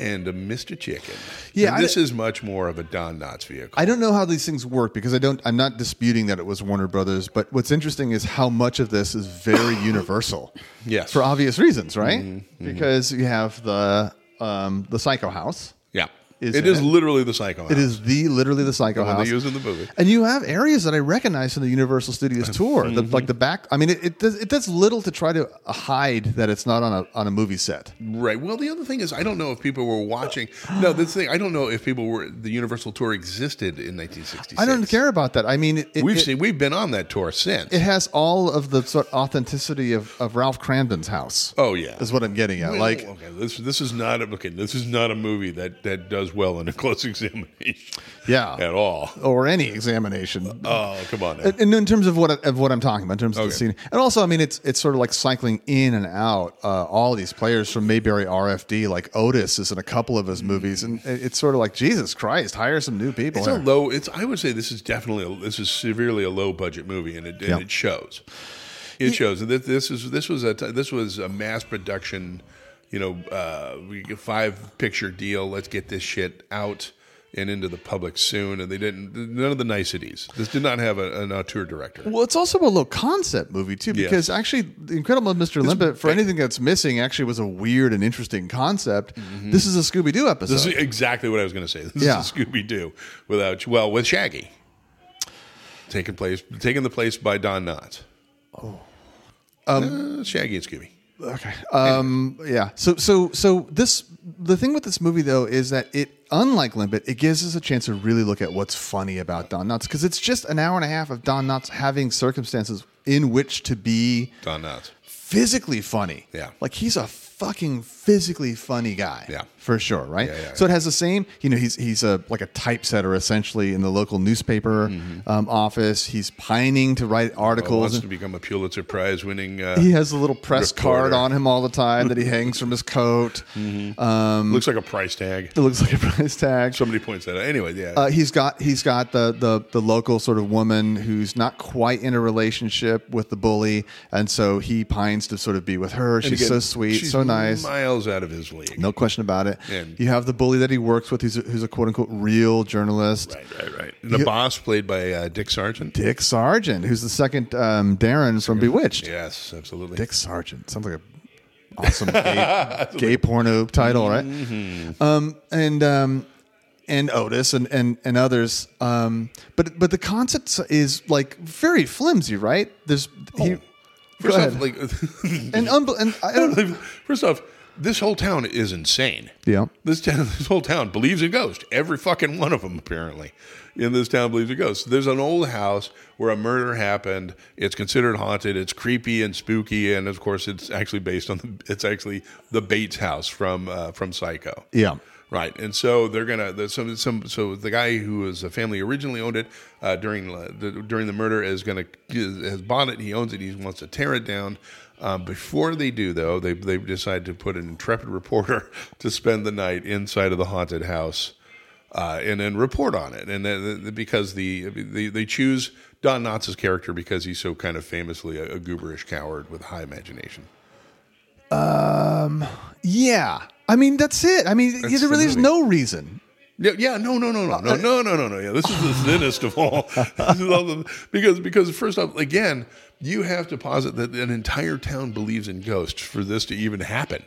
Speaker 3: and uh, mr chicken
Speaker 1: Yeah,
Speaker 3: And
Speaker 1: I-
Speaker 3: this is much more of a don knotts vehicle
Speaker 1: I don't know how these things work because I don't. I'm not disputing that it was Warner Brothers, but what's interesting is how much of this is very universal.
Speaker 3: Yes. Mm-hmm.
Speaker 1: For obvious reasons, right? Because you have the um, the Psycho House.
Speaker 3: yeah
Speaker 1: Is
Speaker 3: it
Speaker 1: it?
Speaker 3: is literally the psycho
Speaker 1: It is the literally the Psycho
Speaker 3: one
Speaker 1: House.
Speaker 3: they use in the movie
Speaker 1: And you have areas that I recognize from the Universal Studios tour, the,
Speaker 3: Mm-hmm.
Speaker 1: like the back. I mean, it, it does it does little to try to hide that it's not on a on a movie set.
Speaker 3: Right. Well, the other thing is, I don't know if people were watching. No, this thing, I don't know if people were. The Universal tour existed in 1966.
Speaker 1: I don't care about that. I mean, it, it-
Speaker 3: We've
Speaker 1: it-
Speaker 3: seen. We've been on that tour since.
Speaker 1: it has all of the sort of authenticity of, of Ralph Cramden's house.
Speaker 3: oh yeah.
Speaker 1: is what I'm getting at.
Speaker 3: Well,
Speaker 1: Like,
Speaker 3: okay, this this is not a, okay. This is not a movie that that does well in a close examination
Speaker 1: yeah,
Speaker 3: at all.
Speaker 1: or any examination.
Speaker 3: Oh, come on. now.
Speaker 1: and in terms of what of what I'm talking about, in terms of the
Speaker 3: Okay.
Speaker 1: scene, and also, I mean, it's it's sort of like cycling in and out uh, all these players from Mayberry RFD. Like Otis is in a couple of his movies, and it- it's sort of like Jesus Christ, hire some new people.
Speaker 3: It's a
Speaker 1: here.
Speaker 3: low. It's. I would say this is definitely. A, this is severely a low budget movie, and it, and
Speaker 1: Yeah.
Speaker 3: it shows. It shows And that this is this was a t- this was a mass production, you know, uh, we get five picture deal. Let's get this shit out and into the public soon. And they didn't none of the niceties. This did not have a, an auteur director.
Speaker 1: Well, it's also a low concept movie too, because actually, The Incredible Mr. Limpet,
Speaker 3: eh,
Speaker 1: for anything that's missing, actually was a weird and interesting concept. This is a Scooby Doo episode.
Speaker 3: Mm-hmm. This is exactly what I was going to say. This
Speaker 1: Yeah.
Speaker 3: is Scooby Doo without well with Shaggy, taking place taking the place by Don Knotts. Oh,
Speaker 1: Um,
Speaker 3: Uh, Shaggy and Scooby.
Speaker 1: Okay. Um, yeah. So so so this the thing with this movie though is that it unlike Limpet, it gives us a chance to really look at what's funny about Don Knotts because it's just an hour and a half of Don Knotts having circumstances in which to be
Speaker 3: Don Knotts.
Speaker 1: physically funny.
Speaker 3: Yeah.
Speaker 1: Like he's a fucking physically funny guy.
Speaker 3: Yeah.
Speaker 1: For sure, right?
Speaker 3: Yeah, yeah,
Speaker 1: so it has the same, you know, he's he's a like a typesetter essentially in the local newspaper
Speaker 3: Mm-hmm.
Speaker 1: um, office. He's pining to write
Speaker 3: Oh,
Speaker 1: articles.
Speaker 3: Wants
Speaker 1: and-
Speaker 3: to become a Pulitzer Prize winning. Uh,
Speaker 1: he has a little press card
Speaker 3: Reporter. Mm-hmm.
Speaker 1: on him all the time that he hangs from his coat.
Speaker 3: looks like a price tag.
Speaker 1: It looks like a price tag.
Speaker 3: Somebody points that out. Anyway, yeah.
Speaker 1: Uh, he's got he's got the, the the local sort of woman who's not quite in a relationship with the bully, and so he pines to sort of be with her.
Speaker 3: And
Speaker 1: She's
Speaker 3: again,
Speaker 1: so sweet,
Speaker 3: she's
Speaker 1: so nice.
Speaker 3: Miles out of his league.
Speaker 1: no question about it.
Speaker 3: And-
Speaker 1: you have the bully that he works with, who's a, who's a quote unquote real journalist,
Speaker 3: Right, right, right. And the boss played by uh, Dick Sargent.
Speaker 1: Dick Sargent, who's the second um, Darren from Bewitched.
Speaker 3: Yes, absolutely.
Speaker 1: Dick Sargent sounds like a awesome gay, gay porno title, right?
Speaker 3: Mm-hmm.
Speaker 1: Um, and um, and Otis and and and others. Um, but but the concept is like very flimsy, right? There's
Speaker 3: Oh,
Speaker 1: he,
Speaker 3: First
Speaker 1: go
Speaker 3: off,
Speaker 1: ahead.
Speaker 3: like,
Speaker 1: and, unbe- and I don't,
Speaker 3: first off, this whole town is insane.
Speaker 1: Yeah.
Speaker 3: This town, this whole town believes in ghosts. Every fucking one of them, apparently, in this town believes in ghosts. There's an old house where a murder happened. It's considered haunted. It's creepy and spooky, and of course, it's actually based on the. It's actually the Bates house from uh, from Psycho.
Speaker 1: yeah.
Speaker 3: Right, and so they're gonna there's some some so the guy who was a family originally owned it uh, during uh, the, during the murder is gonna has bought it. He owns it. He wants to tear it down. Um, before they do, though, they they decide to put an intrepid reporter to spend the night inside of the haunted house uh, and then report on it. And then, the- because the, they, they choose Don Knotts' character because he's so kind of famously a, a gooberish coward with high imagination.
Speaker 1: Yeah. I mean, that's it. I mean,
Speaker 3: That's
Speaker 1: there really
Speaker 3: the
Speaker 1: is
Speaker 3: movie.
Speaker 1: no reason.
Speaker 3: Yeah, yeah, no, no, no, no, no, no, no, no, no. Yeah, this is the thinnest of all. This is all the- because, because first off, again, you have to posit that an entire town believes in ghosts for this to even happen.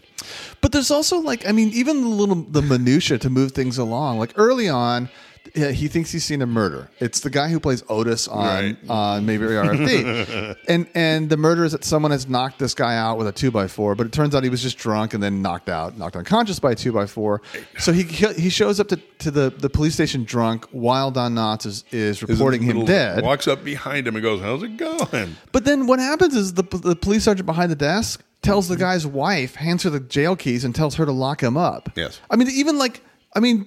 Speaker 1: But there's also like, I mean, even the little the minutia to move things along. Like early on, yeah, he thinks he's seen a murder. It's the guy who plays Otis on
Speaker 3: Right.
Speaker 1: on maybe RFD, and and the murder is that someone has knocked this guy out with a two by four. But it turns out he was just drunk and then knocked out, knocked unconscious by a two by four. So he he shows up to, to the, the police station drunk while Don Knotts is, is
Speaker 3: Is in the
Speaker 1: reporting him
Speaker 3: middle-
Speaker 1: dead.
Speaker 3: Walks up behind him and goes, "How's it going?"
Speaker 1: But then what happens is the, the police sergeant behind the desk tells
Speaker 3: Mm-hmm.
Speaker 1: the guy's wife, hands her the jail keys, and tells her to lock him up.
Speaker 3: Yes.
Speaker 1: I mean, even like, I mean,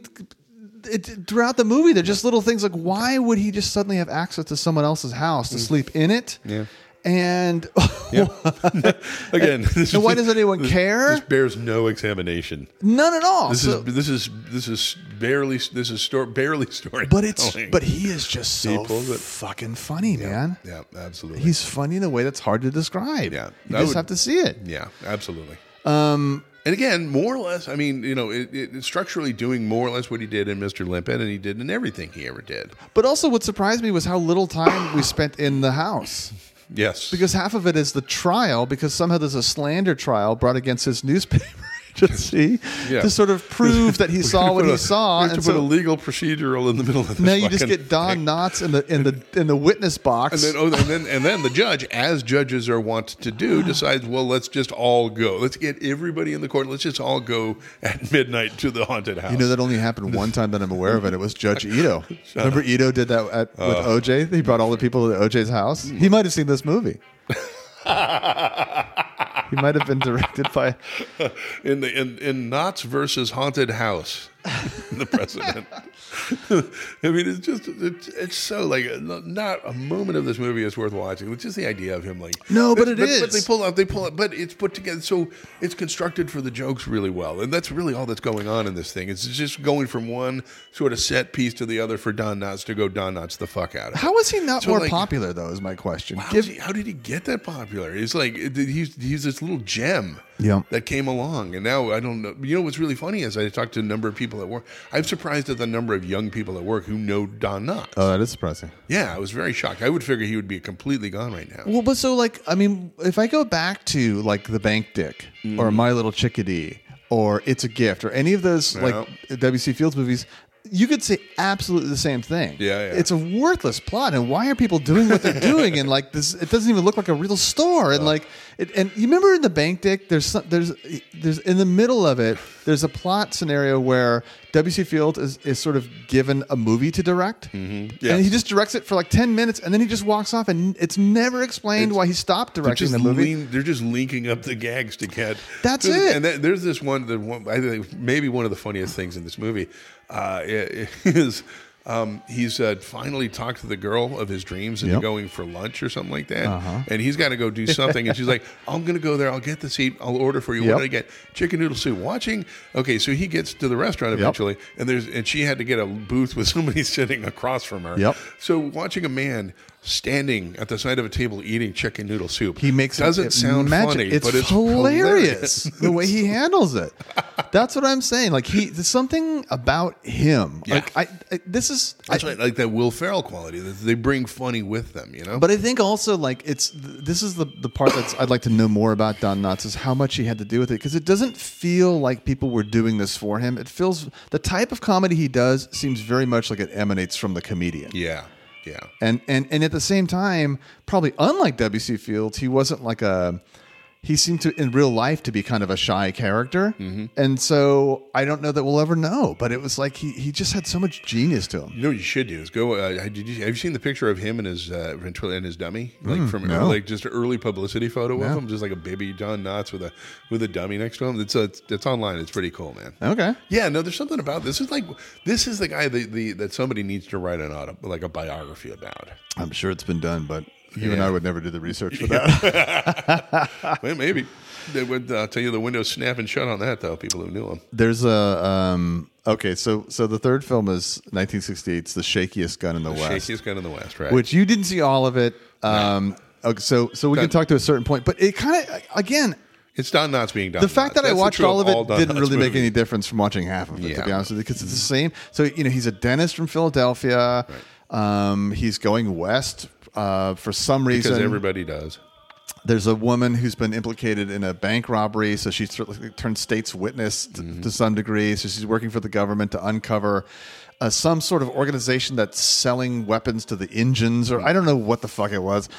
Speaker 1: it, throughout the movie, they're just little things like, why would he just suddenly have access to someone else's house to sleep in it?
Speaker 3: Mm. Yeah.
Speaker 1: And
Speaker 3: Again, this
Speaker 1: And why does anyone
Speaker 3: this-
Speaker 1: care?
Speaker 3: This bears no examination.
Speaker 1: none at all.
Speaker 3: This
Speaker 1: So-
Speaker 3: is this is this is barely this is stor- barely story.
Speaker 1: but it's but he is just so
Speaker 3: pulls it.
Speaker 1: fucking funny, man.
Speaker 3: yeah, absolutely.
Speaker 1: He's funny in a way that's hard to describe.
Speaker 3: Yeah.
Speaker 1: you
Speaker 3: I
Speaker 1: just
Speaker 3: would-
Speaker 1: have to see it.
Speaker 3: Yeah, absolutely. Um, and again, more or less, I mean, you know, it, it, it's structurally doing more or less what he did in Mr. Limpet and he did in everything he ever did.
Speaker 1: But also, what surprised me was how little time we spent in the house.
Speaker 3: Yes.
Speaker 1: because half of it is the trial because somehow there's a slander trial brought against his newspaper agency
Speaker 3: Yeah.
Speaker 1: to sort of prove that he saw what
Speaker 3: Put
Speaker 1: he
Speaker 3: a-
Speaker 1: saw
Speaker 3: we have
Speaker 1: and
Speaker 3: to put
Speaker 1: so
Speaker 3: a legal procedural in the middle of this.
Speaker 1: now you just
Speaker 3: fucking
Speaker 1: get Don
Speaker 3: thing.
Speaker 1: Knotts in the in the in the witness
Speaker 3: And
Speaker 1: box
Speaker 3: then, oh, and then, and then the judge, as judges are wont to do, decides, well, let's just all go. Let's get everybody in the court. Let's just all go at midnight to the haunted house.
Speaker 1: you know that only happened one time that I'm aware of, and it was Judge Ito. Remember, Ito did that at,
Speaker 3: Uh.
Speaker 1: with OJ. He brought all the people to OJ's house. He might have seen this movie. he might have been directed by.
Speaker 3: in the in, in Knott's versus haunted house, the president. I mean, it's just it's, it's so like not a moment of this movie is worth watching. It's just the idea of him like
Speaker 1: No, but it
Speaker 3: but,
Speaker 1: is.
Speaker 3: But they pull out, they pull out, but it's put together so it's constructed for the jokes really well, and that's really all that's going on in this thing. It's just going from one sort of set piece to the other for Don Knotts to go Don Knotts the fuck out of. it.
Speaker 1: How was he not
Speaker 3: So,
Speaker 1: more
Speaker 3: like-
Speaker 1: popular though? Is my question.
Speaker 3: How,
Speaker 1: Give-
Speaker 3: did he, how did he get that popular? It's like it- he's he's this little gem
Speaker 1: Yeah.
Speaker 3: that came along, and now I don't know. You know what's really funny is I talked to a number of people at work. I'm surprised at the number of young people at work who know Don Knotts.
Speaker 1: oh, that is surprising.
Speaker 3: yeah, I was very shocked. I would figure he would be completely gone right now.
Speaker 1: Well, but so like I mean, if I go back to like the Bank Dick
Speaker 3: Mm-hmm.
Speaker 1: or My Little Chickadee or It's a Gift or any of those like W.C. Fields movies, you could say absolutely the same thing.
Speaker 3: Yeah, yeah.
Speaker 1: It's a worthless plot, and why are people doing what they're doing? And like this, it doesn't even look like a real store. And like, it, and you remember in the Bank Dick, there's some, there's there's in the middle of it, there's a plot scenario where W.C. Fields is is sort of given a movie to direct, and he just directs it for like ten minutes, and then he just walks off, and it's never explained why he stopped directing
Speaker 3: Just
Speaker 1: the movie.
Speaker 3: lean- they're just linking up the gags to get.
Speaker 1: That's
Speaker 3: there's,
Speaker 1: it.
Speaker 3: And that, there's this one, the one I think maybe one of the funniest things in this movie uh, i- is um, he's uh, finally talked to the girl of his dreams and
Speaker 1: Yep. Uh-huh.
Speaker 3: they're going for lunch or something like that. And he's got to go do something. and she's like, I'm going to go there. I'll get the seat. I'll order for you.
Speaker 1: Yep.
Speaker 3: What did I get? Chicken noodle soup. Watching. Okay, so he gets to the restaurant
Speaker 1: Yep.
Speaker 3: eventually, and there's and she had to get a booth with somebody sitting across from her.
Speaker 1: Yep.
Speaker 3: So watching a man standing at the side of a table eating chicken noodle soup.
Speaker 1: He makes it-
Speaker 3: doesn't
Speaker 1: it
Speaker 3: sound
Speaker 1: magic.
Speaker 3: funny,
Speaker 1: It's
Speaker 3: but it's
Speaker 1: hilarious the way he handles it. That's what I'm saying. Like he, there's something about him.
Speaker 3: Yeah.
Speaker 1: Like I, I, this is.
Speaker 3: That's
Speaker 1: I-
Speaker 3: right, like that Will Ferrell quality. that They bring funny with them, you know.
Speaker 1: But I think also like it's th- this is the the part that's I'd like to know more about Don Knotts is how much he had to do with it because it doesn't feel like people were doing this for him. It feels the type of comedy he does seems very much like it emanates from the comedian.
Speaker 3: yeah, yeah,
Speaker 1: And and and at the same time, probably unlike W.C. Fields, he wasn't like a he seemed to in real life to be kind of a shy character.
Speaker 3: Mm-hmm.
Speaker 1: And so I don't know that we'll ever know, but it was like he he just had so much genius to him.
Speaker 3: you know what you should do is go. Uh, did you have you seen the picture of him and his uh, ventrilo and his dummy, like from
Speaker 1: Mm, no.
Speaker 3: like just an early publicity photo of him, just like a baby Don Knotts with a with a dummy next to him. It's uh, it's, it's online. It's pretty cool, man.
Speaker 1: Okay.
Speaker 3: Yeah, no, there's something about this. Is like this is the guy that the that somebody needs to write an auto, like a biography about.
Speaker 1: I'm sure it's been done, but you and
Speaker 3: Yeah.
Speaker 1: I would never do the research for that.
Speaker 3: Well, maybe. They would uh, tell you the windows snapping shut on that, though. People who knew him.
Speaker 1: There's a um, okay. So so the third film is 1968's The Shakiest Gun in the, West,
Speaker 3: Shakiest gun in the West, right?
Speaker 1: which you didn't see all of it. Um, okay, so so we can
Speaker 3: That-
Speaker 1: talk to a certain point, but it kind of again.
Speaker 3: it's Don Knotts being Don.
Speaker 1: The fact
Speaker 3: Knotts.
Speaker 1: that I
Speaker 3: That's the
Speaker 1: watched
Speaker 3: truth
Speaker 1: all of it
Speaker 3: Don
Speaker 1: didn't
Speaker 3: Knotts
Speaker 1: really make
Speaker 3: movies.
Speaker 1: any difference from watching half of it, to
Speaker 3: Yeah.
Speaker 1: be honest with you, because it's the same. So you know, he's a dentist from Philadelphia. Um, he's going west uh, for some reason.
Speaker 3: because everybody does.
Speaker 1: there's a woman who's been implicated in a bank robbery, so she's sort of like turned state's witness t- to some degree. So she's working for the government to uncover uh, some sort of organization that's selling weapons to the engines, or I don't know what the fuck it was.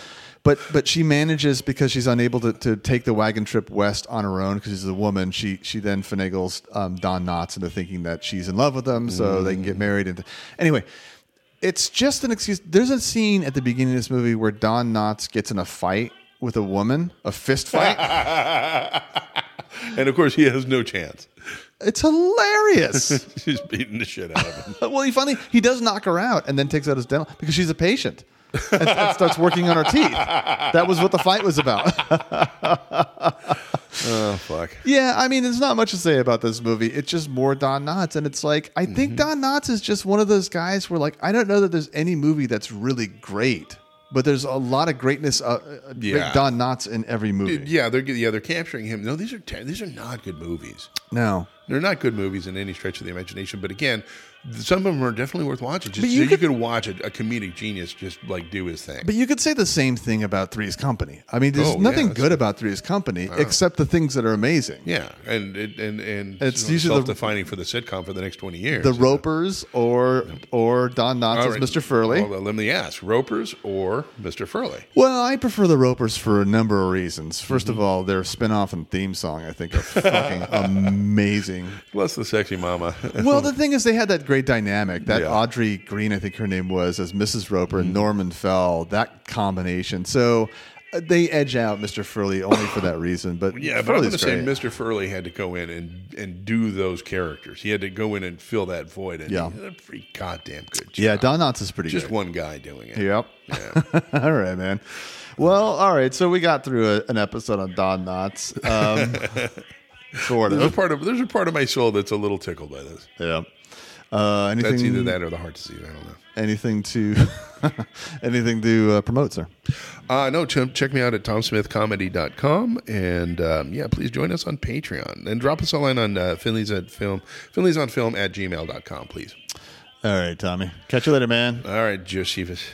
Speaker 1: But but she manages because she's unable to, to take the wagon trip west on her own because she's a woman. She she then finagles um, Don Knotts into thinking that she's in love with him, so they can get married. And anyway, it's just an excuse. There's a scene at the beginning of this movie where Don Knotts gets in a fight with a woman, a fist fight.
Speaker 3: And of course, he has no chance.
Speaker 1: it's hilarious.
Speaker 3: She's beating the shit out of him.
Speaker 1: well, he finally he does knock her out and then takes out his dental because she's a patient. and, and starts working on her teeth. That was what the fight was about.
Speaker 3: oh fuck.
Speaker 1: yeah, I mean, there's not much to say about this movie. It's just more Don Knotts, and it's like I think Don Knotts is just one of those guys where, like, I don't know that there's any movie that's really great, but there's a lot of greatness, uh, uh, great
Speaker 3: Yeah.
Speaker 1: Don Knotts in every movie.
Speaker 3: Yeah, they're yeah they're capturing him. No, these are te- these are not good movies.
Speaker 1: No,
Speaker 3: They're not good movies in any stretch of the imagination. But again, th- some of them are definitely worth watching. Just
Speaker 1: But
Speaker 3: so
Speaker 1: you
Speaker 3: you,
Speaker 1: could-
Speaker 3: can watch a, a comedic genius just like do his thing.
Speaker 1: But you could say the same thing about Three's Company. I mean, there's
Speaker 3: Oh, yeah,
Speaker 1: nothing
Speaker 3: that's Uh-huh.
Speaker 1: good about Three's Company except the things that are amazing.
Speaker 3: yeah, and it- and and
Speaker 1: It's usually the-
Speaker 3: self-defining for the sitcom for the next twenty years.
Speaker 1: The Ropers or or Don Knotts as
Speaker 3: All right.
Speaker 1: Mr. Furley.
Speaker 3: Well, let me ask: Ropers or Mr. Furley?
Speaker 1: Well, I prefer the Ropers for a number of reasons. 1st
Speaker 3: Mm-hmm.
Speaker 1: of all, their spin-off and theme song I think are fucking amazing.
Speaker 3: Bless the sexy mama.
Speaker 1: Well, the thing is they had that great dynamic. That
Speaker 3: Yeah. Mm-hmm.
Speaker 1: Audrey Green, I think her name was, as Mrs. Roper and Norman Fell, that combination. So uh, they edge out Mr. Furley only for that reason, but
Speaker 3: Yeah, but I'm going
Speaker 1: Furley's
Speaker 3: to say
Speaker 1: great.
Speaker 3: Mr. Furley had to go in and, and do those characters. He had to go in and fill that void. And
Speaker 1: Yeah.
Speaker 3: he did a pretty goddamn good job.
Speaker 1: Yeah, Don Knotts is pretty
Speaker 3: just
Speaker 1: good.
Speaker 3: one guy doing it.
Speaker 1: Yep. all right, man. Well, all right. So we got through a, an episode on Don Knotts, um, sort
Speaker 3: There's a
Speaker 1: of.
Speaker 3: part of there's a part of my soul that's a little tickled by this.
Speaker 1: Yeah. Uh, anything?
Speaker 3: That's either that or the heart disease. I don't know.
Speaker 1: Anything to, anything to uh, promote, sir?
Speaker 3: Uh, no, ch- check me out at tomsmithcomedy.com. And um, yeah, please join us on Patreon. And drop us a line on uh, Finley's at film, Finley's on film at gmail.com, please.
Speaker 1: All right, Tommy. Catch you later, man.
Speaker 3: All right, Josephus.